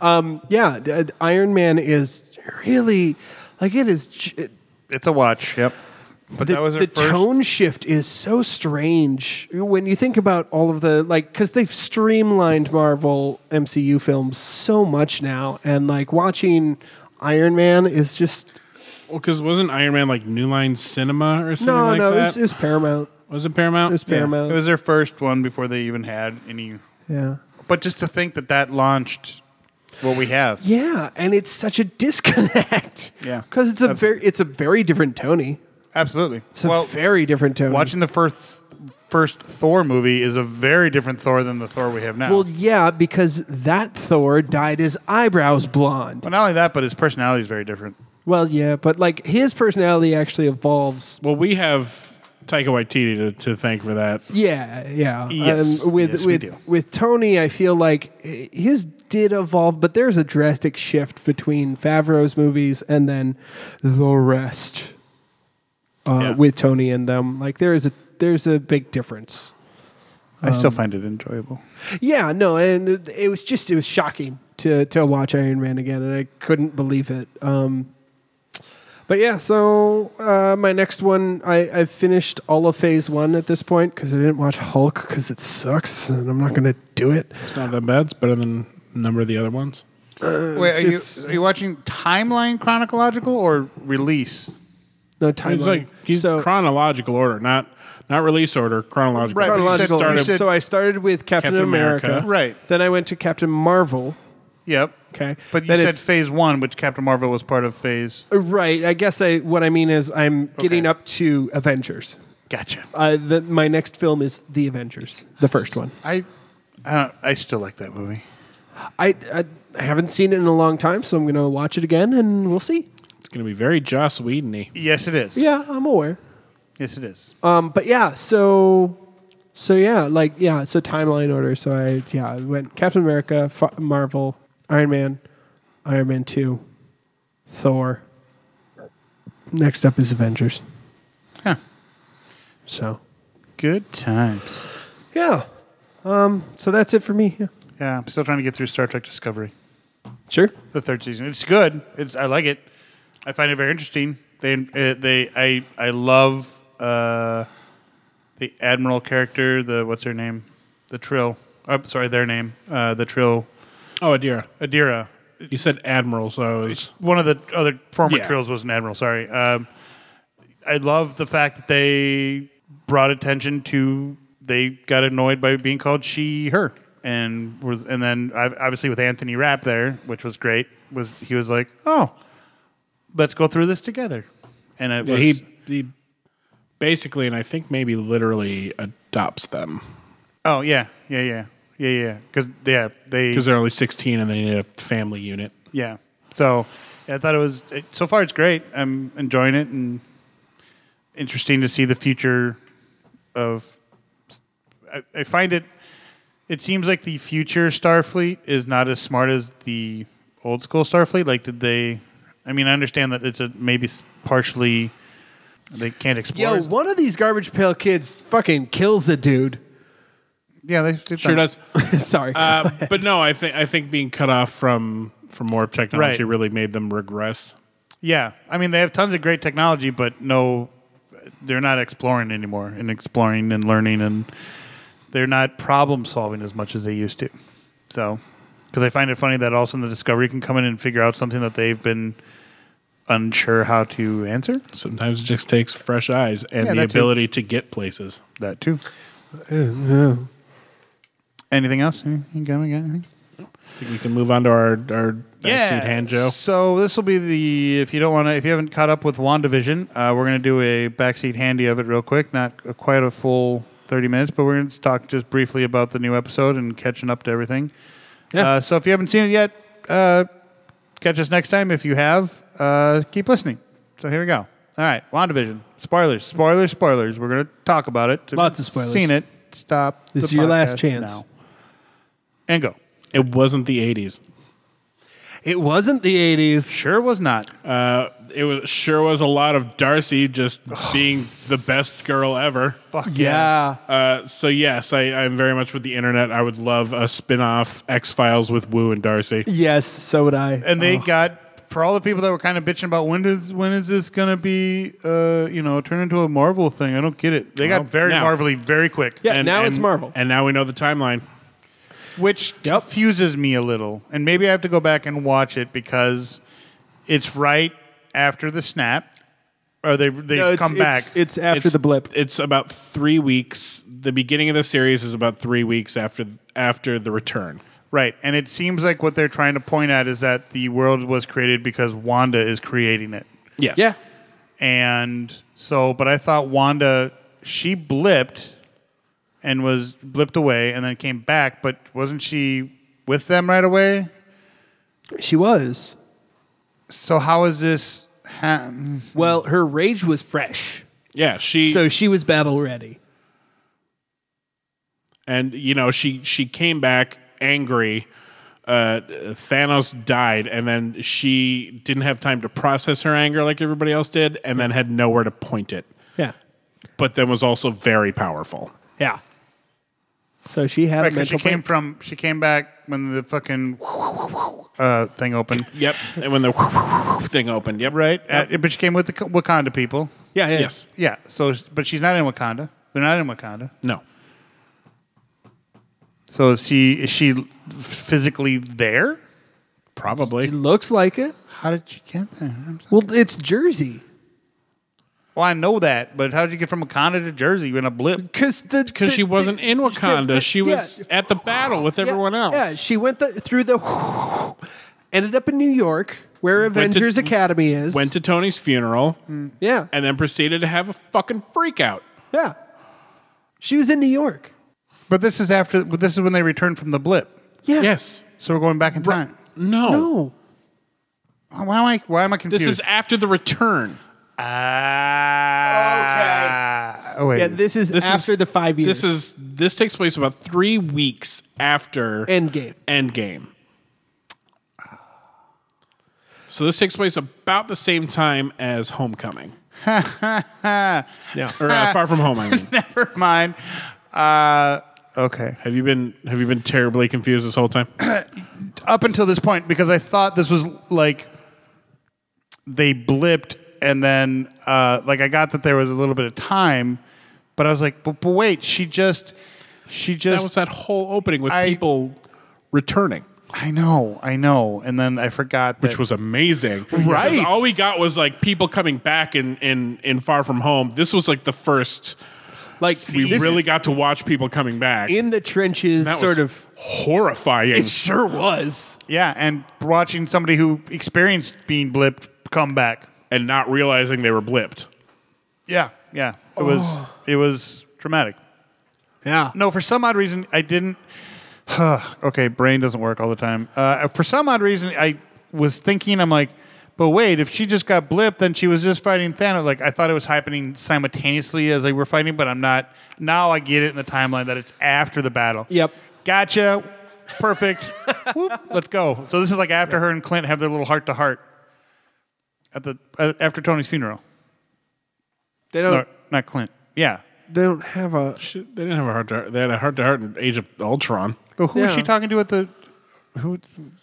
um, yeah, d- d- Iron Man is really like it is. j-
It's a watch. Yep. But
the,
that was her
the
first.
tone shift is so strange when you think about all of the like because they've streamlined marvel mcu films so much now and like watching iron man is just
Well, because wasn't Iron Man like New Line Cinema or something
no
like
no
that?
it was, it was paramount
was it
it
Paramount?
was
Yeah,
paramount
It was their first one before they even had any.
yeah
But just to think that that launched what we have.
yeah and it's such a disconnect
Yeah.
because it's a very it's a very different tony
Absolutely.
it's a very different tony
watching the first first Thor movie is a very different Thor than the Thor we have now.
well yeah because that thor dyed his eyebrows blonde
Well, not only that, but his personality is very different.
well yeah but like his personality actually evolves
Well, we have Taika Waititi to, to thank for that.
Yeah, yeah. Um,
Yes.
with
Yes, we
with
do.
with Tony, I feel like h- his did evolve, but there's a drastic shift between Favreau's movies and then the rest uh,
Yeah.
with Tony and them. Like there is a there's a big difference.
I
Um,
still find it enjoyable.
Yeah, no, and it, it was just it was shocking to to watch Iron Man again, and I couldn't believe it. Um, but yeah, so uh, my next one, I, I've finished all of Phase One at this point because I didn't watch Hulk because it sucks, and I'm not gonna do it.
It's not that bad. It's better than a number of the other ones.
Wait, are you,
It's-
are you watching timeline chronological or release?
No
It's
timeline.
like he's
so
chronological order, not not release order. Chronological.
Right, but you
order.
said-
chronological.
you said-
so I started with Captain,
Captain
America.
America.
Right.
Then I went to Captain Marvel.
Yep.
Okay.
But you
Then
said
it's-
phase one, which Captain Marvel was part of phase.
Right. I guess I what I mean is I'm getting up to Avengers.
Gotcha.
Uh, the, my next film is The Avengers, the first one.
I, I, don't, I still like that movie.
I, I I haven't seen it in a long time, so I'm going to watch it again and we'll see.
It's going to be very Joss Whedon-y.
Yes, it is.
Yeah, I'm aware.
Yes, it is.
Um, but yeah, so So yeah, like yeah, so timeline order. So I yeah, I went Captain America, F- Marvel, Iron Man, Iron Man 2, Thor. Next up is Avengers.
Huh.
So,
Good times.
yeah. Um so that's it for me. Yeah.
Yeah, I'm still trying to get through Star Trek Discovery,
Sure.
the third season. It's good. It's I like it. I find it very interesting. They uh, they I I love uh, the admiral character. The what's her name? The Trill. I'm sorry, their name. Uh, the Trill
Oh, Adira.
Adira.
You said Admiral, so I was.
one of the other former
Yeah.
trills was an admiral. Sorry. Um, I love the fact that they brought attention to. They got annoyed by being called she, her, and was, and then ob- obviously with Anthony Rapp there, which was great. Was he was like, oh, let's go through this together, and it
Yeah,
was
he, he basically, and I think maybe literally adopts them
oh yeah, yeah, yeah, yeah, yeah, because yeah, they
because they're only 16 and they need a family unit.
Yeah. So I thought it was it, so far it's great. I'm enjoying it and interesting to see the future of I, I find it it seems like the future Starfleet is not as smart as the old school Starfleet. Like did they I mean I understand that it's a maybe s- partially they can't explore.
Yo, one of these garbage pail kids fucking kills a dude.
yeah, they they've
Sure
done-
does.
Sorry.
Uh, Um, but no, I think I think being cut off from from more technology
Right.
really made them regress.
Yeah, I mean they have tons of great technology, but no, they're not exploring anymore and exploring and learning, and they're not problem solving as much as they used to. So, because I find it funny that all of a sudden the Discovery can come in and figure out something that they've been unsure how to answer.
Sometimes it just takes fresh eyes and
Yeah,
the
that too.
ability to get places.
That too. Anything else? Anything coming? Anything?
I think we can move on to our our backseat hand Joe.
So this will be the if you don't want to if you haven't caught up with Wandavision, uh, we're gonna do a backseat handy of it real quick. Not a, quite a full thirty minutes, but we're gonna talk just briefly about the new episode and catching up to everything. Uh, so if you haven't seen it yet, uh, catch us next time. If you have, uh, keep listening. So here we go. All right, WandaVision. Spoilers, spoilers, spoilers. We're gonna talk about it. So if
Lots of
you've
spoilers.
Seen it. Stop.
This
the
is your last
podcast
chance.
now. And go.
It wasn't the 80s.
it wasn't the 80s.
Sure was not.
Uh, it was sure was a lot of Darcy just being the best girl ever.
Fuck
Yeah.
Uh, so yes, I, I'm very much with the internet. I would love a spin-off X Files with Wu and Darcy.
Yes, so would I. Uh,
and they got for all the people that were kind of bitching about when does when is this gonna be uh you know turn into a Marvel thing? I don't get it. They
Well,
got very
now-
Marvelly very quick,
Yeah, now it's Marvel.
and now we know the timeline.
which confuses me a little. And maybe I have to go back and watch it because it's right after the snap, or they they
No, it's-
come back.
It's, it's after
It's-
the blip.
It's about three weeks. The beginning of the series is about three weeks after after the return.
Right. And it seems like what they're trying to point at is that the world was created because Wanda is creating it.
Yes.
Yeah.
And so, but I thought Wanda, she blipped and was blipped away and then came back, but wasn't she with them right away?
She was.
So, how is this? Ha-
Well, her rage was fresh,
Yeah. She
so she was battle ready.
and you know she she came back angry. Uh, Thanos died, and then she didn't have time to process her anger like everybody else did, and then had nowhere to point it.
Yeah,
But then was also very powerful.
yeah. So she had
right,
a
'cause she
mental
came
plan.
from, she came back when the fucking uh, thing opened.
Yep. And when the thing opened, yep.
Right? Uh, but she came with the K- Wakanda people.
yeah, yeah.
Yes.
Yeah. So, but she's not in Wakanda. They're not in Wakanda.
No.
So is she is she physically there?
It
Probably.
looks like it.
How did she get there? I'm so-
Well, it's Jersey
Well, I know that, but how did you get from Wakanda to Jersey in a blip?
because the
Because
the-
she wasn't
the-
in
the-
Wakanda.
the-
she
yeah,
was at the battle with
yeah,
everyone else.
Yeah, she went the, through the. Ended up in New York, where Avengers Academy is.
went to Tony's funeral
yeah,
and then proceeded to have a fucking freak out.
yeah. She was in New York.
But this is after. But this is when they returned from the blip.
Yeah.
Yes.
So we're going back in time.
No.
No.
Why am I? Why am I
This
confused?
is after the return.
Ah. Oh wait.
Yeah, this is after the five years.
This is this takes place about three weeks after
Endgame.
Endgame. So this takes place about the same time as Homecoming,
yeah.
or uh, Far From Home. I mean,
Never mind. Uh,
okay.
have you been have you been terribly confused this whole time?
Up until this point, because I thought this was like they blipped, and then uh, like I got that there was a little bit of time, but I was like, but, but wait, she just, she
That
just.
was that whole opening with
I-
people returning,
I know, I know, and then I forgot.
which
that-
was amazing.
Right.
Because All we got was like people coming back in in in Far From Home. This was like the first
Like
we
this
really
is
got to watch people coming back.
in the trenches,
That was
sort of.
horrifying.
sure was.
yeah, and watching somebody who experienced being blipped come back.
and not realizing they were blipped.
Yeah, yeah, it was it was traumatic.
Yeah.
Oh. No, for some odd reason, I didn't. okay, brain doesn't work all the time. Uh, for some odd reason, I was thinking, I'm like, but wait, if she just got blipped, then she was just fighting Thanos. Like, I thought it was happening simultaneously as they were fighting, but I'm not. Now I get it in the timeline that it's after the battle.
Yep.
Gotcha. Perfect. Whoop. Let's go. So this is like after her and Clint have their little heart to heart at the uh, after Tony's funeral.
They
No,
don't.
not Clint. Yeah.
They don't have a.
They didn't have a heart to heart. They had a heart to heart in Age of Ultron.
But who was
Yeah.
she talking to at the who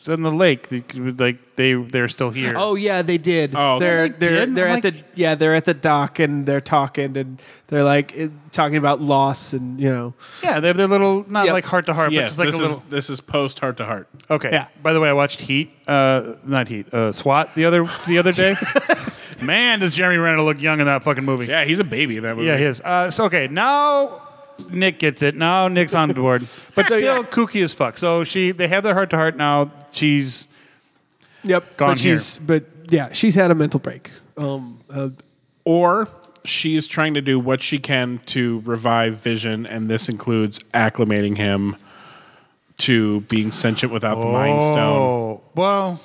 on the lake? The- Like they they're still here.
Oh yeah, they did.
Oh,
they're
They
they're
did?
they're
I'm
at
like-
the yeah they're at the dock and they're talking and they're like eh, talking about loss and you know
yeah, they have their little not
Yep.
like heart to heart, but
Yes,
just like
this
a little.
is this is post heart to heart.
okay.
yeah.
By the way, I watched Heat. Uh, not Heat. Uh, SWAT the other the other day. Man, does Jeremy Renner look young in that fucking movie?
Yeah, he's a baby in that movie.
Yeah, he is. Uh, so okay, now Nick gets it. Now Nick's on board, but still
yeah.
kooky as fuck. So she, they have their heart to heart now. She's
yep.
Gone
but she's but yeah she's had a mental break. Um, uh,
Or she is trying to do what she can to revive Vision, and this includes acclimating him to being sentient without the Mind Stone.
oh well,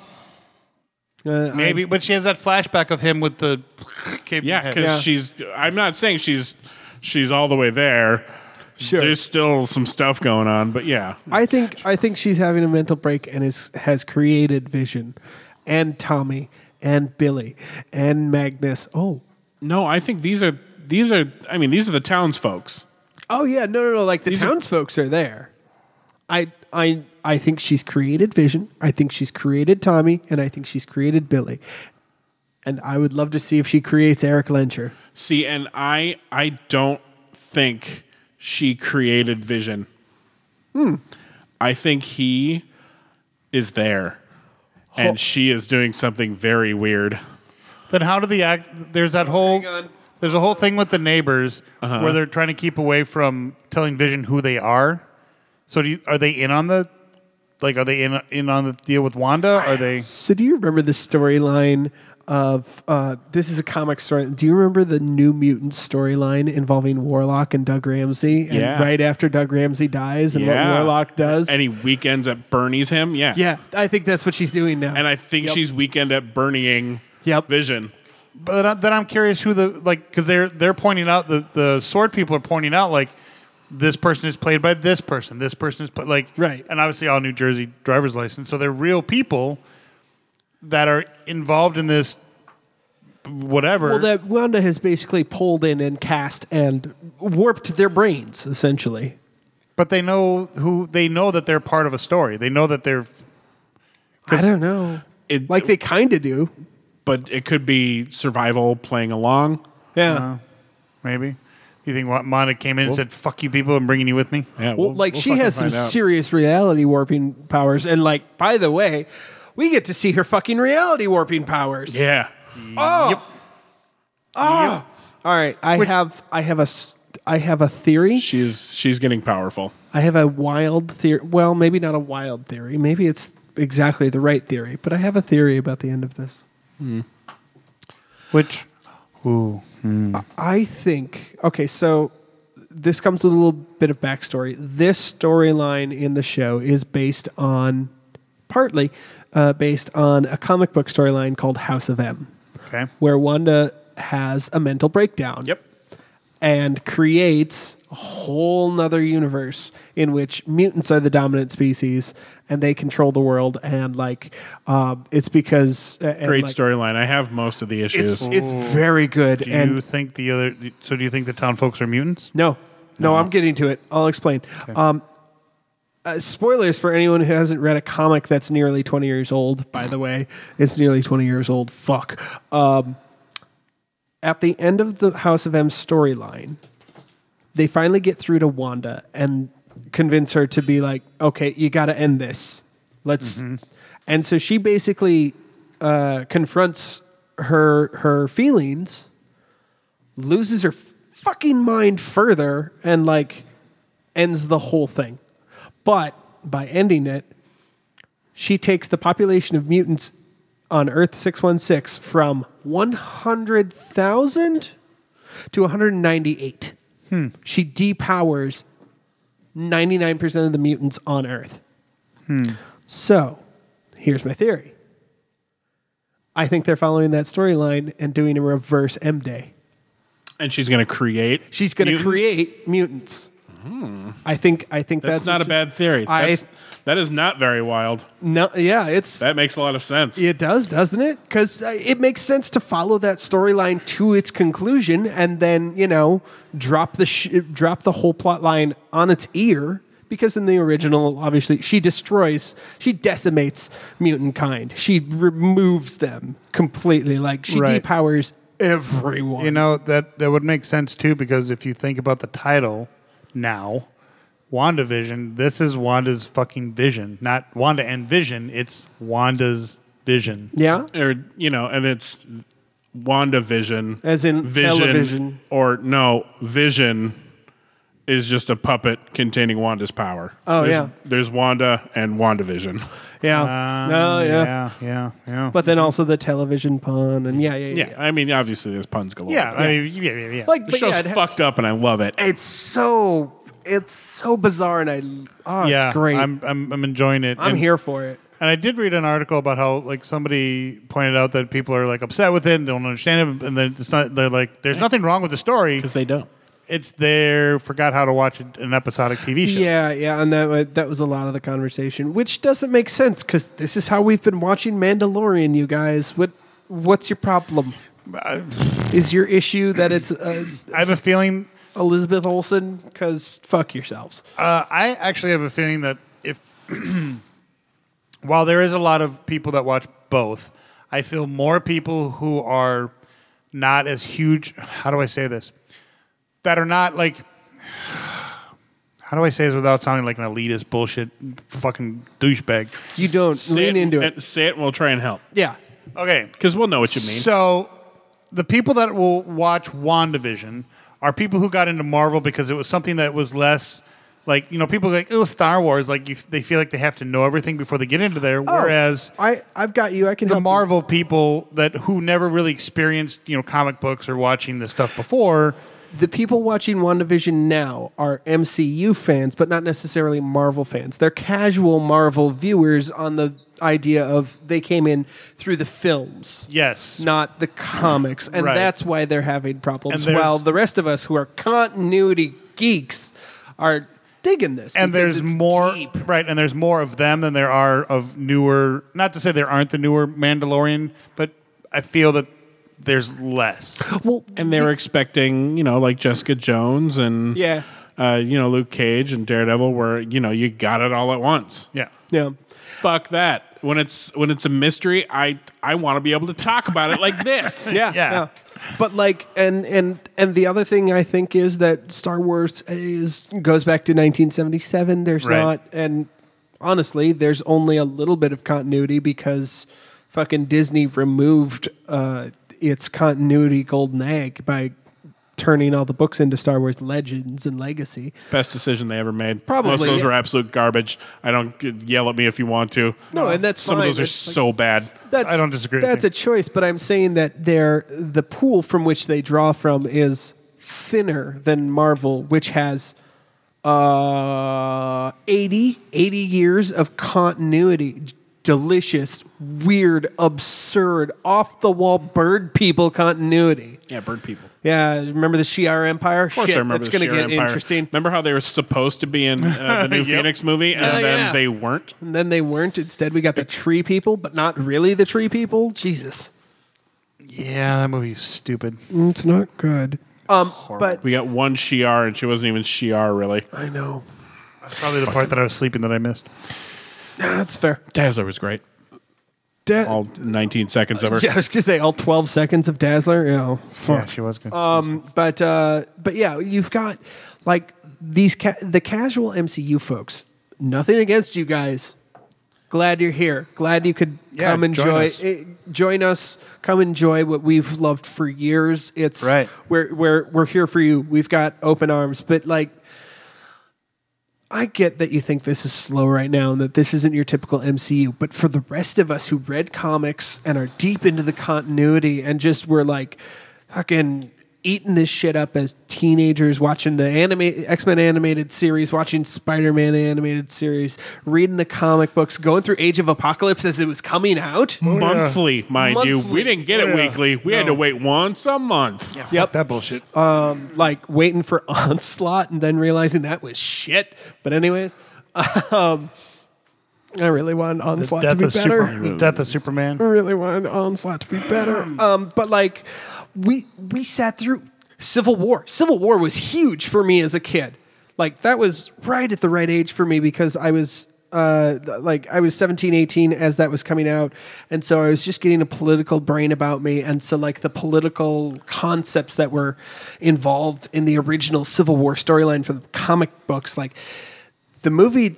uh,
maybe, but she has that flashback of him with the cape.
Yeah,
head.
because
Yeah.
she's. I'm not saying she's she's all the way there. Sure. There's still some stuff going on, but yeah.
I think I think she's having a mental break and is has created Vision, and Tommy and Billy and Magnus. Oh,
no, I think these are these are. I mean, these are the townsfolks.
oh yeah, no, no, no. Like the
are-
townsfolks are there. I I I think she's created Vision. I think she's created Tommy, and I think she's created Billy. And I would love to see if she creates Eric Lencher.
See, and I I don't think she created Vision.
Hmm.
I think he is there. And she is doing something very weird.
Then how do the act? There's that whole. There's a whole thing with the neighbors where they're trying to keep away from telling Vision who they are. So do you, are they in on the? Like, are they in in on the deal with Wanda? Are they?
So do you remember the storyline of uh, this is a comic story? Do you remember the New Mutants storyline involving Warlock and Doug Ramsey? And
Yeah.
right after Doug Ramsey dies and what Warlock does.
And he weekends at Bernie's him. Yeah.
yeah, I think that's what she's doing now.
And I think
Yep.
she's weekend at Bernieing
Yep.
Vision.
But I- then I'm curious who the like because they're they're pointing out the the sword people are pointing out like this person is played by this person, this person is played like
Right.
and obviously all New Jersey driver's license, so they're real people that are involved in this whatever.
well, that Wanda has basically pulled in and cast and warped their brains essentially.
but they know who they know that they're part of a story. They know that they're
I don't know.
It-
like they kind of do.
But it could be survival playing along.
Yeah.
maybe. You think what Monica came in and said, "Fuck you, people! I'm bringing you with me."
Yeah.
Well,
we'll-
like
we'll
she
fucking
has some
find out.
serious reality warping powers, and like by the way, we get to see her fucking reality warping powers.
Yeah.
Oh. Ah. All right. I have I have a s- I have a theory.
She's she's getting powerful.
I have a wild theory. Well, maybe not a wild theory. Maybe it's exactly the right theory, but I have a theory about the end of this.
Which
I think okay, so this comes with a little bit of backstory. This storyline in the show is based on partly uh, based on a comic book storyline called House of M,
okay,
where Wanda has a mental breakdown.
Yep.
and creates a whole nother universe in which mutants are the dominant species and they control the world and like um, it's because uh, and,
Great
like,
storyline. I have most of the issues.
it's it's very good
Do
and
you think the other? So do you think the town folks are mutants?
no, no, I'm getting to it. I'll explain. Um, uh, spoilers for anyone who hasn't read a comic that's nearly 20 years old, by the way. It's nearly 20 years old. Fuck. Um, at the end of the House of M storyline, they finally get through to Wanda and convince her to be like, okay, you got to end this. Let's. And so she basically uh, confronts her her feelings loses her fucking mind further and like ends the whole thing. But by ending it, she takes the population of mutants on Earth 616 from 100,000 to 198. She depowers 99% of the mutants on Earth. So here's my theory I think they're following that storyline and doing a reverse M Day.
and she's going to create.
She's going to
mutants? Hmm.
create mutants. I think. I think
That's,
that's,
not
what
a bad
she's-
theory.
I
That's, that is not very wild.
no. Yeah, it's
That makes a lot of sense.
it does, doesn't it? Because it makes sense to follow that storyline to its conclusion, and then you know drop the sh- drop the whole plot line on its ear. Because in the original, obviously, she destroys, she decimates mutant kind. She removes them completely. Like she
Right.
depowers everyone.
You know that that would make sense too because if you think about the title now, WandaVision, this is Wanda's fucking vision, not Wanda and Vision, it's Wanda's vision.
yeah.
or you know, and it's WandaVision,
As in television.
or no, Vision is just a puppet containing Wanda's power.
Oh,
there's,
yeah.
there's Wanda and WandaVision.
Yeah.
Ah,
no. Yeah.
yeah, yeah, yeah.
But then also the television pun and yeah, yeah, yeah.
Mm-hmm. Yeah, I mean, obviously there's puns galore.
yeah,
but
I mean, yeah, yeah, yeah.
Like
the
but
show's
yeah, it has-
fucked up, and I love it.
It's so it's so bizarre, and I oh,
yeah,
it's great. I'm,
I'm, I'm I'm enjoying it. And-
here for it.
And I did read an article about how like somebody pointed out that people are like upset with it and don't understand it, and then it's not. They're like, there's nothing wrong with the story.
they don't.
It's they forgot how to watch an episodic TV show.
Yeah, yeah, and that wa- that was a lot of the conversation, which doesn't make sense because this is how we've been watching Mandalorian. You guys, what what's your problem?
Uh,
Is your issue that it's uh,
I have a feeling.
Elizabeth Olsen? Because fuck yourselves.
Uh, I actually have a feeling that if while there is a lot of people that watch both, I feel more people who are not as huge. How do I say this? That are not like. How do I say this without sounding like an elitist bullshit fucking douchebag?
You don't lean into it.
and- Say it, and we'll try and help
Yeah,
Okay,
because we'll know what you mean.
So the people that will watch WandaVision are people who got into Marvel because it was something that was less like you know people like oh Star Wars like you, they feel like they have to know everything before they get into there whereas
Oh, I I've got you. I can
the
help you.
Marvel people that who never really experienced you know comic books or watching this stuff before
the people watching WandaVision now are MCU fans, but not necessarily Marvel fans. They're casual Marvel viewers on the idea of they came in through the films,
yes
not the comics. And
Right.
that's why they're having problems.
And there's-
While the rest of us who are continuity geeks are digging this.
and
because
there's
it's
more
deep.
right and there's more of them than there are of newer not to say there aren't the newer Mandalorian but I feel that there's less
Well,
and they were expecting, you know, like Jessica Jones and
Yeah.
uh, you know, Luke Cage and Daredevil, where you know you got it all at once.
yeah
yeah.
Fuck that. When it's when it's a mystery, I I want to be able to talk about it like this.
yeah,
Yeah.
yeah. But like, and and and the other thing I think is that Star Wars is goes back to 1977. There's
Right.
not, and honestly, there's only a little bit of continuity because fucking Disney removed uh, its continuity golden egg by turning all the books into Star Wars Legends and Legacy.
Best decision they ever made.
Probably,
most of those
yeah.
are absolute garbage. I don't g- yell at me if you want to.
No, and that's
some
fine.
of those are
It's like-
so bad.
That's,
I don't disagree with
That's
you.
a choice, but I'm saying that they're, the pool from which they draw from is thinner than Marvel, which has uh, 80, 80 years of continuity delicious, weird, absurd, off the wall bird people continuity.
Yeah, bird people.
Yeah, remember the Shi'ar Empire?
Of course,
Shit,
I remember
that's
the
going to
Sheer
get
Empire.
interesting.
Remember how they were supposed to be in uh, the new Phoenix movie, and
Yeah,
then
Oh, yeah.
they weren't.
And then they weren't. Instead, we got the tree people, but not really the tree people. Jesus.
Yeah, that movie's stupid.
It's not good. Um, but
We got one Shiar, and she wasn't even Shiar really.
I know.
That's probably the part that I was sleeping that I missed.
That's fair.
Dazzler was great.
Da-
All 19 seconds of her.
yeah, I was going to say all 12 seconds of Dazzler. Yeah.
Yeah, she was good.
Um, but uh, but yeah, you've got like these ca- the casual MCU folks. Nothing against you guys. Glad you're here. Glad you could
Yeah,
come
join
enjoy
us.
eh, join us. Come enjoy what we've loved for years. It's
Right.
We're we're we're here for you. We've got open arms. But like, I get that you think this is slow right now and that this isn't your typical MCU, but for the rest of us who read comics and are deep into the continuity and just were like fucking eating this shit up as teenagers, watching the anime X Men animated series, watching Spider Man animated series, reading the comic books, going through Age of Apocalypse as it was coming out.
Hmm.
Monthly, mind you.
Oh, Monthly. Oh,
We didn't get it
Yeah.
weekly. We had to wait once a month.
Yep.
that bullshit.
like waiting for onslaught and then realizing that was shit. But anyways, um, I really wanted
the
onslaught to
death
be
of,
better.
Super, the death of Superman.
I really wanted onslaught to be better. Um, but like we we sat through Civil War. Civil War was huge for me as a kid. Like that was right at the right age for me because I was uh, th- like I was 17, 18 as that was coming out. And so I was just getting a political brain about me. And so like the political concepts that were involved in the original Civil War storyline for the comic books, like the movie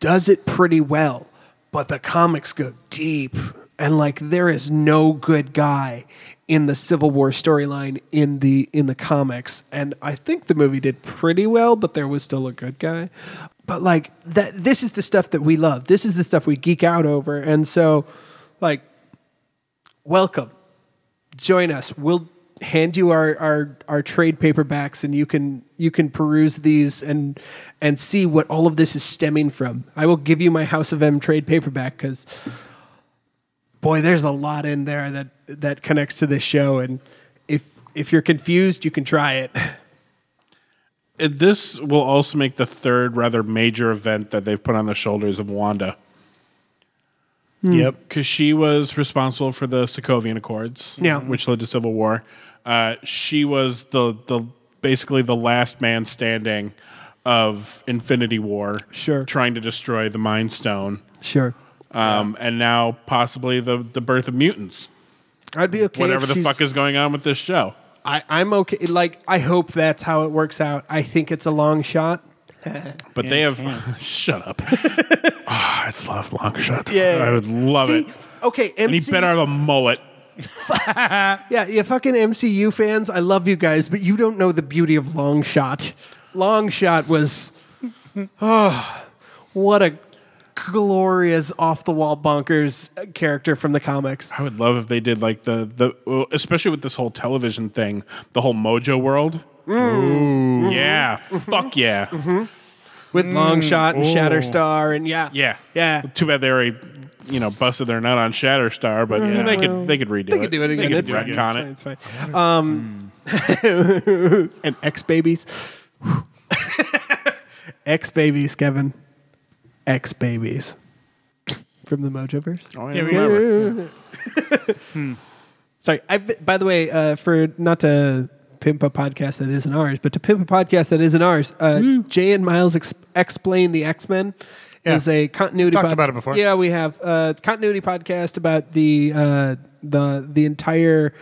does it pretty well, but the comics go deep. And like there is no good guy in the Civil War storyline in the in the comics. And I think the movie did pretty well, but there was still a good guy. But like that this is the stuff that we love. This is the stuff we geek out over. And so like welcome join us. We'll hand you our, our, our trade paperbacks and you can you can peruse these and and see what all of this is stemming from. I will give you my House of M trade paperback because boy, there's a lot in there that that connects to this show and if if you're confused, you can try it.
Uh, This will also make the third rather major event that they've put on the shoulders of Wanda.
Hmm.
Yep.
because she was responsible for the Sokovian Accords,
Yeah.
which led to civil war. Uh, she was the the basically the last man standing of Infinity War,
Sure.
trying to destroy the Mind Stone,
Sure.
um, and now possibly the the birth of mutants.
I'd be okay.
Whatever
if
the
she's-
fuck is going on with this show,
I, I'm okay like I hope that's how it works out. I think it's a long shot.
but they have shut up. Ah, I'd love long shot.
Yeah.
I would love
See?
it.
Okay, MC
And he better have a mullet.
Yeah, you fucking MCU fans, I love you guys, but you don't know the beauty of Long Shot. Long Shot was, oh, what a glorious off the wall bonkers character from the comics.
I would love if they did like the the well, especially with this whole television thing, the whole Mojo world.
Mm.
Ooh, yeah,
Mm-hmm.
fuck yeah,
With Long Shot and Shatterstar, and yeah.
Mm. yeah,
Yeah.
Too bad they already, you know, busted their nut on Shatterstar, but yeah, they could they could redo it.
Mm-hmm. They could do it again.
They could
It's fine. It's
retcon
fine.
it. Mm.
It's fine. Um, and ex babies. ex babies, Kevin. Ex babies. From the Mojoverse.
Oh,
Yeah,
yeah.
remember.
Hmm. Sorry. I, by the way, uh, for not to pimp a podcast that isn't ours, but to pimp a podcast that isn't ours, uh, Jay and Miles ex- explain the X Men.
Hmm. Yeah.
Is a continuity
Talked about it before.
Yeah, we have uh, continuity podcast about the uh, the the entire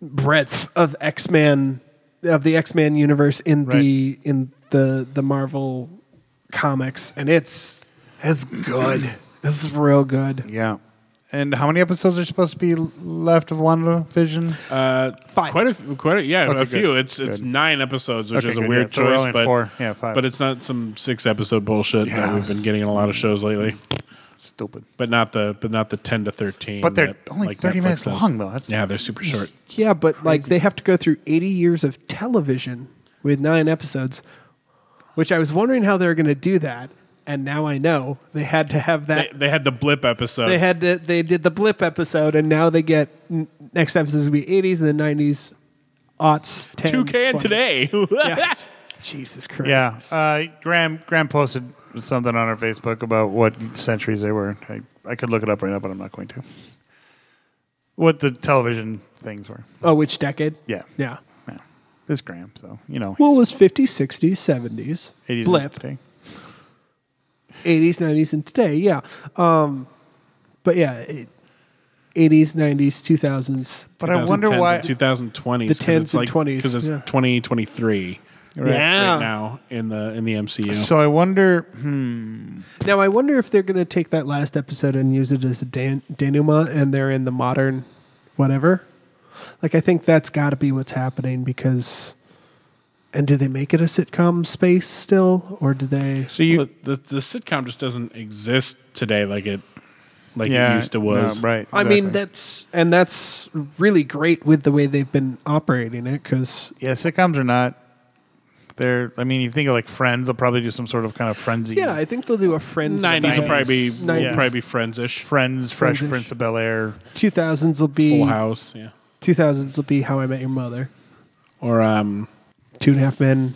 breadth of X Men of the X Men universe in the in the the Marvel comics, and it's it's good. it's real good.
Yeah. And how many episodes are supposed to be left of WandaVision?
Five.
Quite a f- quite a, yeah,
Okay,
a
good.
few. It's it's nine episodes, which
Okay,
is a
good.
weird
Yeah, so we're
choice,
only at
but
four. Yeah, five.
but it's not some six episode bullshit that we've been getting in a lot of shows lately.
Stupid.
But not the but not the ten to thirteen.
But they're
that,
only
like
30
Netflix
minutes
does.
long, though. That's-
yeah, they're super short.
Yeah, but like they have to go through 80 years of television with nine episodes, which I was wondering how they're going to do that. and now I know they had to have that.
They, uh, they had the blip episode.
They, had to, they did the blip episode, and now they get n- next episode will be 80s and then 90s, aughts, 10s,
two can
20s.
today.
Yes. Jesus Christ.
Yeah, uh, Graham. Graham posted something on our Facebook about what centuries they were. I, I could look it up right now, but I'm not going to. What the television things were.
Oh, which decade?
Yeah,
Yeah.
yeah. It's Graham, so you know.
Well, it was 50s, 60s, 70s,
80s
blip,
today.
80s, 90s, and today. Yeah. Um, but yeah, it, 80s, 90s, 2000s.
But I wonder
2010s
why.
and 2020s.
The
'cause
10s
it's
and
like,
20s,
Because it's
yeah.
2023 right,
Yeah.
right now in the in the MCU.
So I wonder. hmm,
Now, I wonder if they're going to take that last episode and use it as a dan- denouement and they're in the modern whatever. Like, I think that's got to be what's happening because. And do they make it a sitcom space still? Or do they.
So you,
Well, the, the sitcom just doesn't exist today like it like
yeah,
it used to was.
no, right?
I mean,
exactly.
that's. And that's really great with the way they've been operating it because
yeah, sitcoms are not. They're. I mean, you think of like Friends. They'll probably do some sort of kind of frenzy.
Yeah, I think they'll do a Friends.
Nineties will probably be will
Nineties.
probably be Friends-ish.
Friends, Fresh
Friends-ish.
Prince of Bel Air.
Two thousands will
Full
be
House, yeah.
two thousands will be How I Met Your Mother.
Or um,
Two and a Half Men.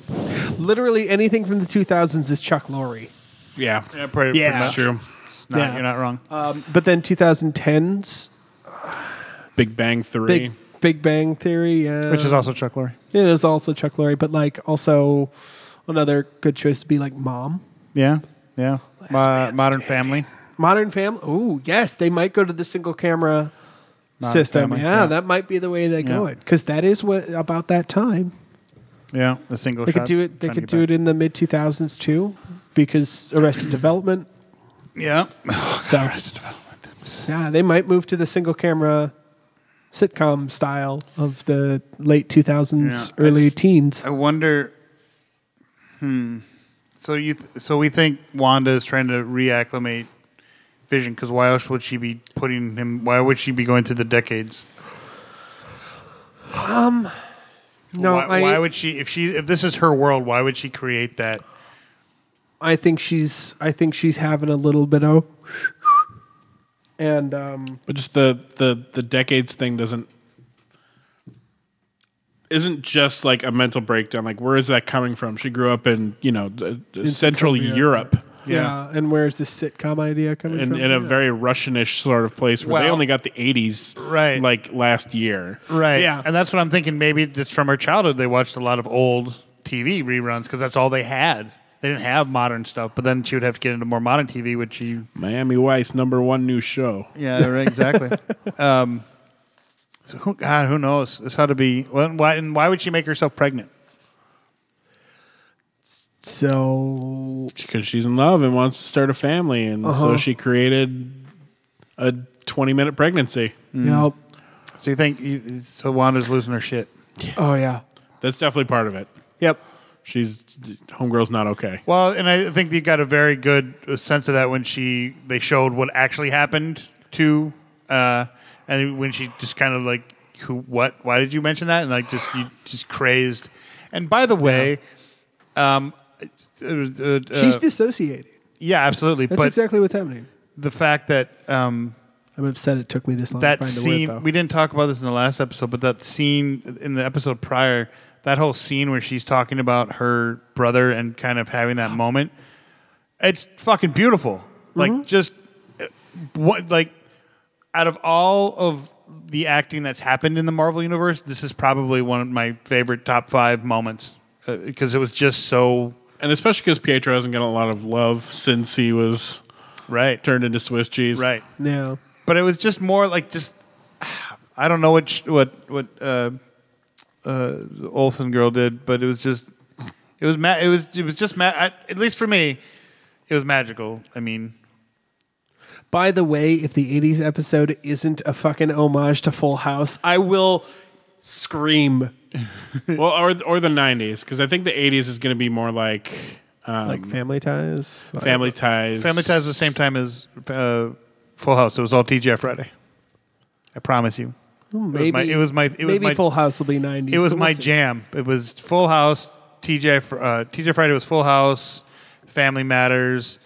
Literally anything from the two thousands is Chuck Lorre.
yeah,
Yeah, pretty,
Yeah.
pretty much.
that's true.
It's not-
Yeah.
You're not wrong.
Um, but then two thousand tens
Big Bang Three.
Big Big Bang Theory, yeah,
Which is also Chuck Lorre.
it is also Chuck Lorre, but like also another good choice to be like Mom.
Yeah, yeah. Uh, Modern Family.
Modern Family. Oh yes, they might go to the single camera
Modern
system.
Family,
yeah,
yeah.
that might be the way they go
Yeah.
it because that is what about that time.
Yeah, the single.
They could do it. They could do it in the mid two thousands too, because Arrested Development.
Yeah,
So
Arrested Development.
yeah, they might move to the single camera sitcom style of the late two thousands,
Yeah, I
early
just-
teens.
I wonder. Hmm. So you, th- so we think Wanda is trying to reacclimate Vision because why else would she be putting him? Why would she be going through the decades?
no,
why,
I,
why would she? If she, if this is her world, why would she create that?
I think she's. I think she's having a little bit of. And um,
But just the the the decades thing doesn't isn't just like a mental breakdown. Like where is that coming from? She grew up in you know d- d- Central Europe.
yeah. and where's the sitcom idea coming
In,
from?
in a
Yeah.
very Russianish sort of place where they
Well-
only got the 80s
Right.
like last year.
Right.
Yeah.
And that's what I'm thinking. Maybe it's from her childhood. They watched a lot of old TV reruns because that's all they had. They didn't have modern stuff. But then she would have to get into more modern TV, which she
Miami Vice number one new show.
Yeah, right, exactly. um, so who, God, who knows? It's how to be. Well, why and why would she make herself pregnant?
so
because she's in love and wants to start a family, and so
Uh-huh.
she created a twenty-minute pregnancy.
Hmm.
nope.
So you think? You, so Wanda's losing her shit.
Oh yeah.
That's definitely part of it.
Yep.
She's homegirl's not okay.
Well, and I think you got a very good sense of that when she they showed what actually happened to, uh, and when she just kind of like who, what, why did you mention that? And like just you just crazed. And by the way, um, it was, uh, uh,
She's dissociating.
yeah, absolutely.
That's
but
exactly what's happening.
the fact that um,
I'm upset it took me this long
that
to find
scene
a word. Though.
we didn't talk about this in the last episode but that scene in the episode prior that whole scene where she's talking about her brother and kind of having that moment it's fucking beautiful
Mm-hmm.
like just uh, what like out of all of the acting that's happened in the marvel universe this is probably one of my favorite top five moments because it was just so
And especially because Pietro hasn't gotten a lot of love since he was
right
turned into Swiss cheese.
right
no.
but it was just more like just I don't know what sh- what what uh, uh, Olsen girl did, but it was just it was ma- it was it was just ma- I, at least for me it was magical. I mean,
By the way, if the 80s episode isn't a fucking homage to Full House, I will scream.
Well, or or the '90s, because I think the '80s is going to be more like um,
Like Family Ties.
Family Ties.
Family Ties the same time as uh, Full House. It was all TGI Friday. I promise you.
maybe
it was my it was my it was
maybe
my,
Full House will be 90s.
it was
but
my
we'll see.
jam. It was Full House, TJ, Fr- uh, TJ Friday was Full House, Family Matters,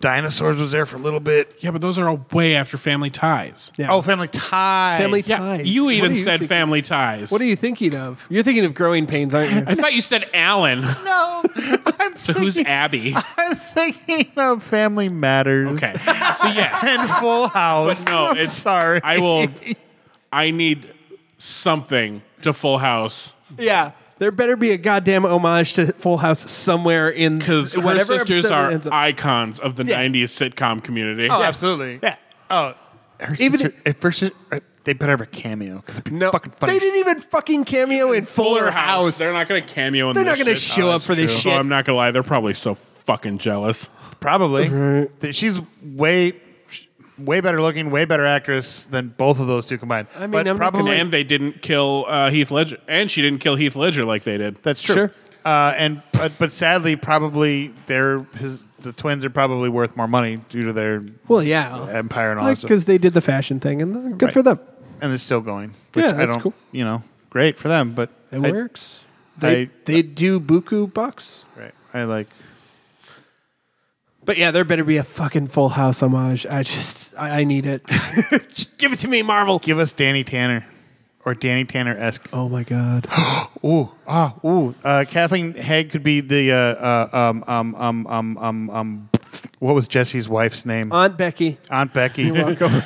Dinosaurs was there for a little bit.
Yeah, but those are all way after Family Ties.
Yeah.
Oh, Family Ties.
Family
Yeah,
ties.
you
What
even
are
said
thinking?
Family Ties.
What are you thinking of? You're thinking of growing pains, aren't you?
I thought you said Alan.
No, I'm
So who's
thinking-
Abby?
I'm thinking of Family Matters.
Okay. So yes.
And Full House.
But no,
I'm
it's
sorry.
I will. I need something to Full House
yeah. There better be a goddamn homage to Full House somewhere in
because her
whatever
sisters
episode it
are
ends up-
icons of the
Yeah.
'90s sitcom community.
Oh, absolutely.
Yeah.
Oh, her
Even
sister, if her sis- uh, they better have a cameo because it'd be
No,
fucking funny.
they didn't even fucking cameo in Fuller, House.
They're not going to cameo. In
They're not
this
gonna
shit.
show up
that's
for this
true.
shit.
Oh, I'm not going to lie. They're probably so fucking jealous.
Probably. Th- She's way, sh- way better looking, way better actress than both of those two combined. I
mean,
but
I'm not gonna-
probably
and they didn't kill uh, Heath Ledger, and she didn't kill Heath Ledger like they did.
that's true.
Sure.
Uh, and but, but sadly, probably they're his, the twins are probably worth more money due to their
Well, yeah,
empire and all that
because
stuff.
they did the fashion thing, and uh, good
Right.
for them.
and they're still going.
Yeah,
Which I
that's
don't,
cool.
You know, great for them. But
It
I-
works. They
I-
they do buku bucks,
Right. I like.
but yeah, there better be a fucking Full House homage. I just I, I need it. just give it to me, Marvel.
Give us Danny Tanner, or Danny Tanner esque.
Oh my god.
Ooh, ah, ooh. Uh, Kathleen Haig could be the uh, uh, um, um, um, um, um, um. What was Jesse's wife's name?
Aunt Becky.
Aunt Becky.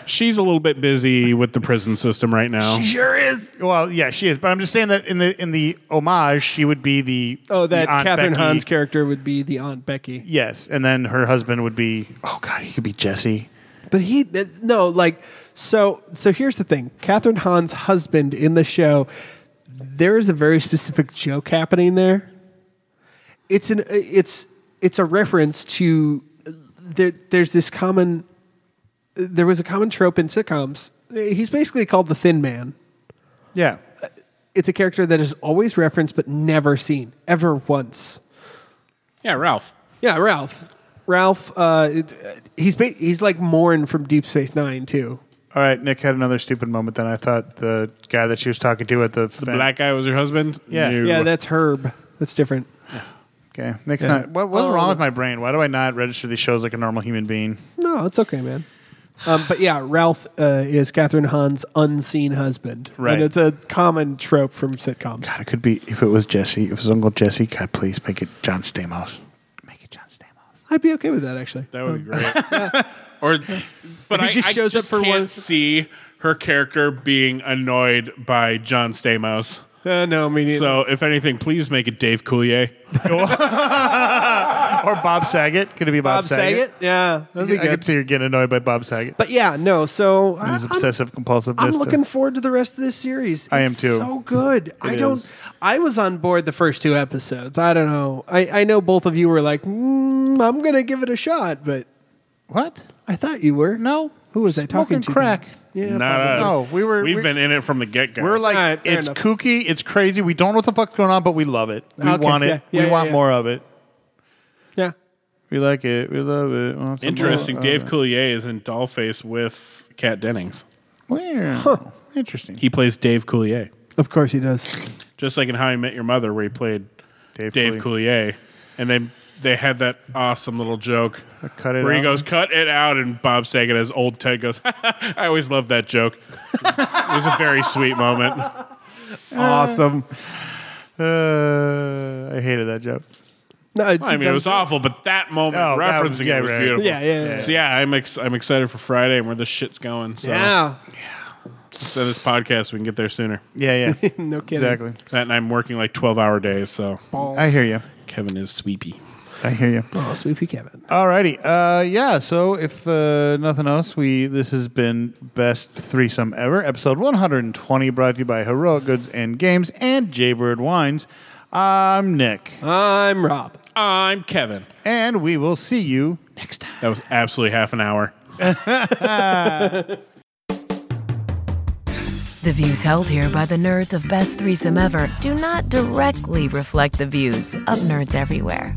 She's a little bit busy with the prison system right now.
sure is.
well, yeah, she is. But I'm just saying that in the in the homage, she would be the
Oh, that
the Aunt
Catherine
Becky.
Hahn's character would be the Aunt Becky.
Yes, and then her husband would be. Oh God, he could be Jesse.
But he th- no like so so here's the thing. Catherine Hahn's husband in the show, there is a very specific joke happening there. It's an it's it's a reference to there, there's this common there was a common trope in sitcoms. He's basically called the Thin Man.
Yeah.
It's a character that is always referenced but never seen ever once.
Yeah, Ralph.
Yeah, Ralph. Ralph, uh, it, he's ba- he's like Morn from Deep Space Nine too.
All right, Nick had another stupid moment. Then I thought the guy that she was talking to at the,
The black guy was her husband.
Yeah.
No.
Yeah, that's Herb. That's different.
Okay, Nick's not. What, what's wrong with my brain? Why do I not register these shows like a normal human being?
No, it's okay, man. Um, but yeah, Ralph uh, is Catherine Hahn's unseen husband,
Right.
And it's a common trope from sitcoms.
God, it could be if it was Jesse, if it was Uncle Jesse. God, please make it John Stamos. Make it John Stamos.
I'd be okay with that actually.
That would be great. or, but
Um, He
I
just
I
shows up
just
for
can't
one-
see her character being annoyed by John Stamos.
Uh, no, I mean,
So, if anything, please make it Dave Coulier.
Or Bob Saget. Could it be Bob,
Bob Saget. Yeah, that'd be
I could
good.
see you're getting annoyed by Bob Saget.
But yeah, no. So
And
I,
his
am
obsessive compulsiveness.
I'm
to-
looking forward to the rest of this series.
I am
It's
too.
So good. I don't.
is.
I was on board the first two episodes. I don't know. I, I know both of you were like, mm, I'm gonna give it a shot, but
What?
I thought you were.
No.
Who was I talking
Smoking
to?
crack.
then? Oh, Yeah,
Not
probably.
us.
No, we were-
We've
we-
been in it from the get go.
We're like,
All right, fair
it's
enough.
kooky, it's crazy. We don't know what the fuck's going on, but we love it. We
Okay,
want it.
yeah, yeah,
we
yeah,
want
yeah.
more of it.
Yeah.
We like it. We love it. Oh, We want some
interesting.
more of
Dave
it.
Coulier is in Dollface with Kat Dennings.
Where? Interesting.
He plays Dave Coulier,
Of course he does.
just like in How I Met Your Mother, where he played
Dave
Dave, Coulier. and they they had that awesome little joke
cut it
where he
out.
goes, "Cut it out," and Bob Saget as old Ted goes, "I always loved that joke." it was a very sweet moment.
awesome.
Uh, I hated that joke.
No, it's
I mean, it was awful, but that moment
Oh, that was-
referencing
yeah,
it was
right.
beautiful.
Yeah, yeah, yeah.
So yeah, I'm ex- I'm excited for Friday and where this shit's going. So
yeah.
send this podcast, we can get there sooner.
Yeah, yeah.
No kidding.
exactly.
That and I'm working like 12 hour days, so
I hear you.
Kevin is sweepy.
I hear you.
Oh, sweepy Kevin.
Alrighty. Uh, yeah. So if uh, nothing else, we this has been best threesome ever, episode 120, brought to you by Heroic Goods and Games and Jaybird Wines. I'm Nick,
I'm Rob.
I'm Kevin.
and we will see you next time.
That was absolutely half an hour.
The views held here by the nerds of Best Threesome Ever do not directly reflect the views of nerds everywhere.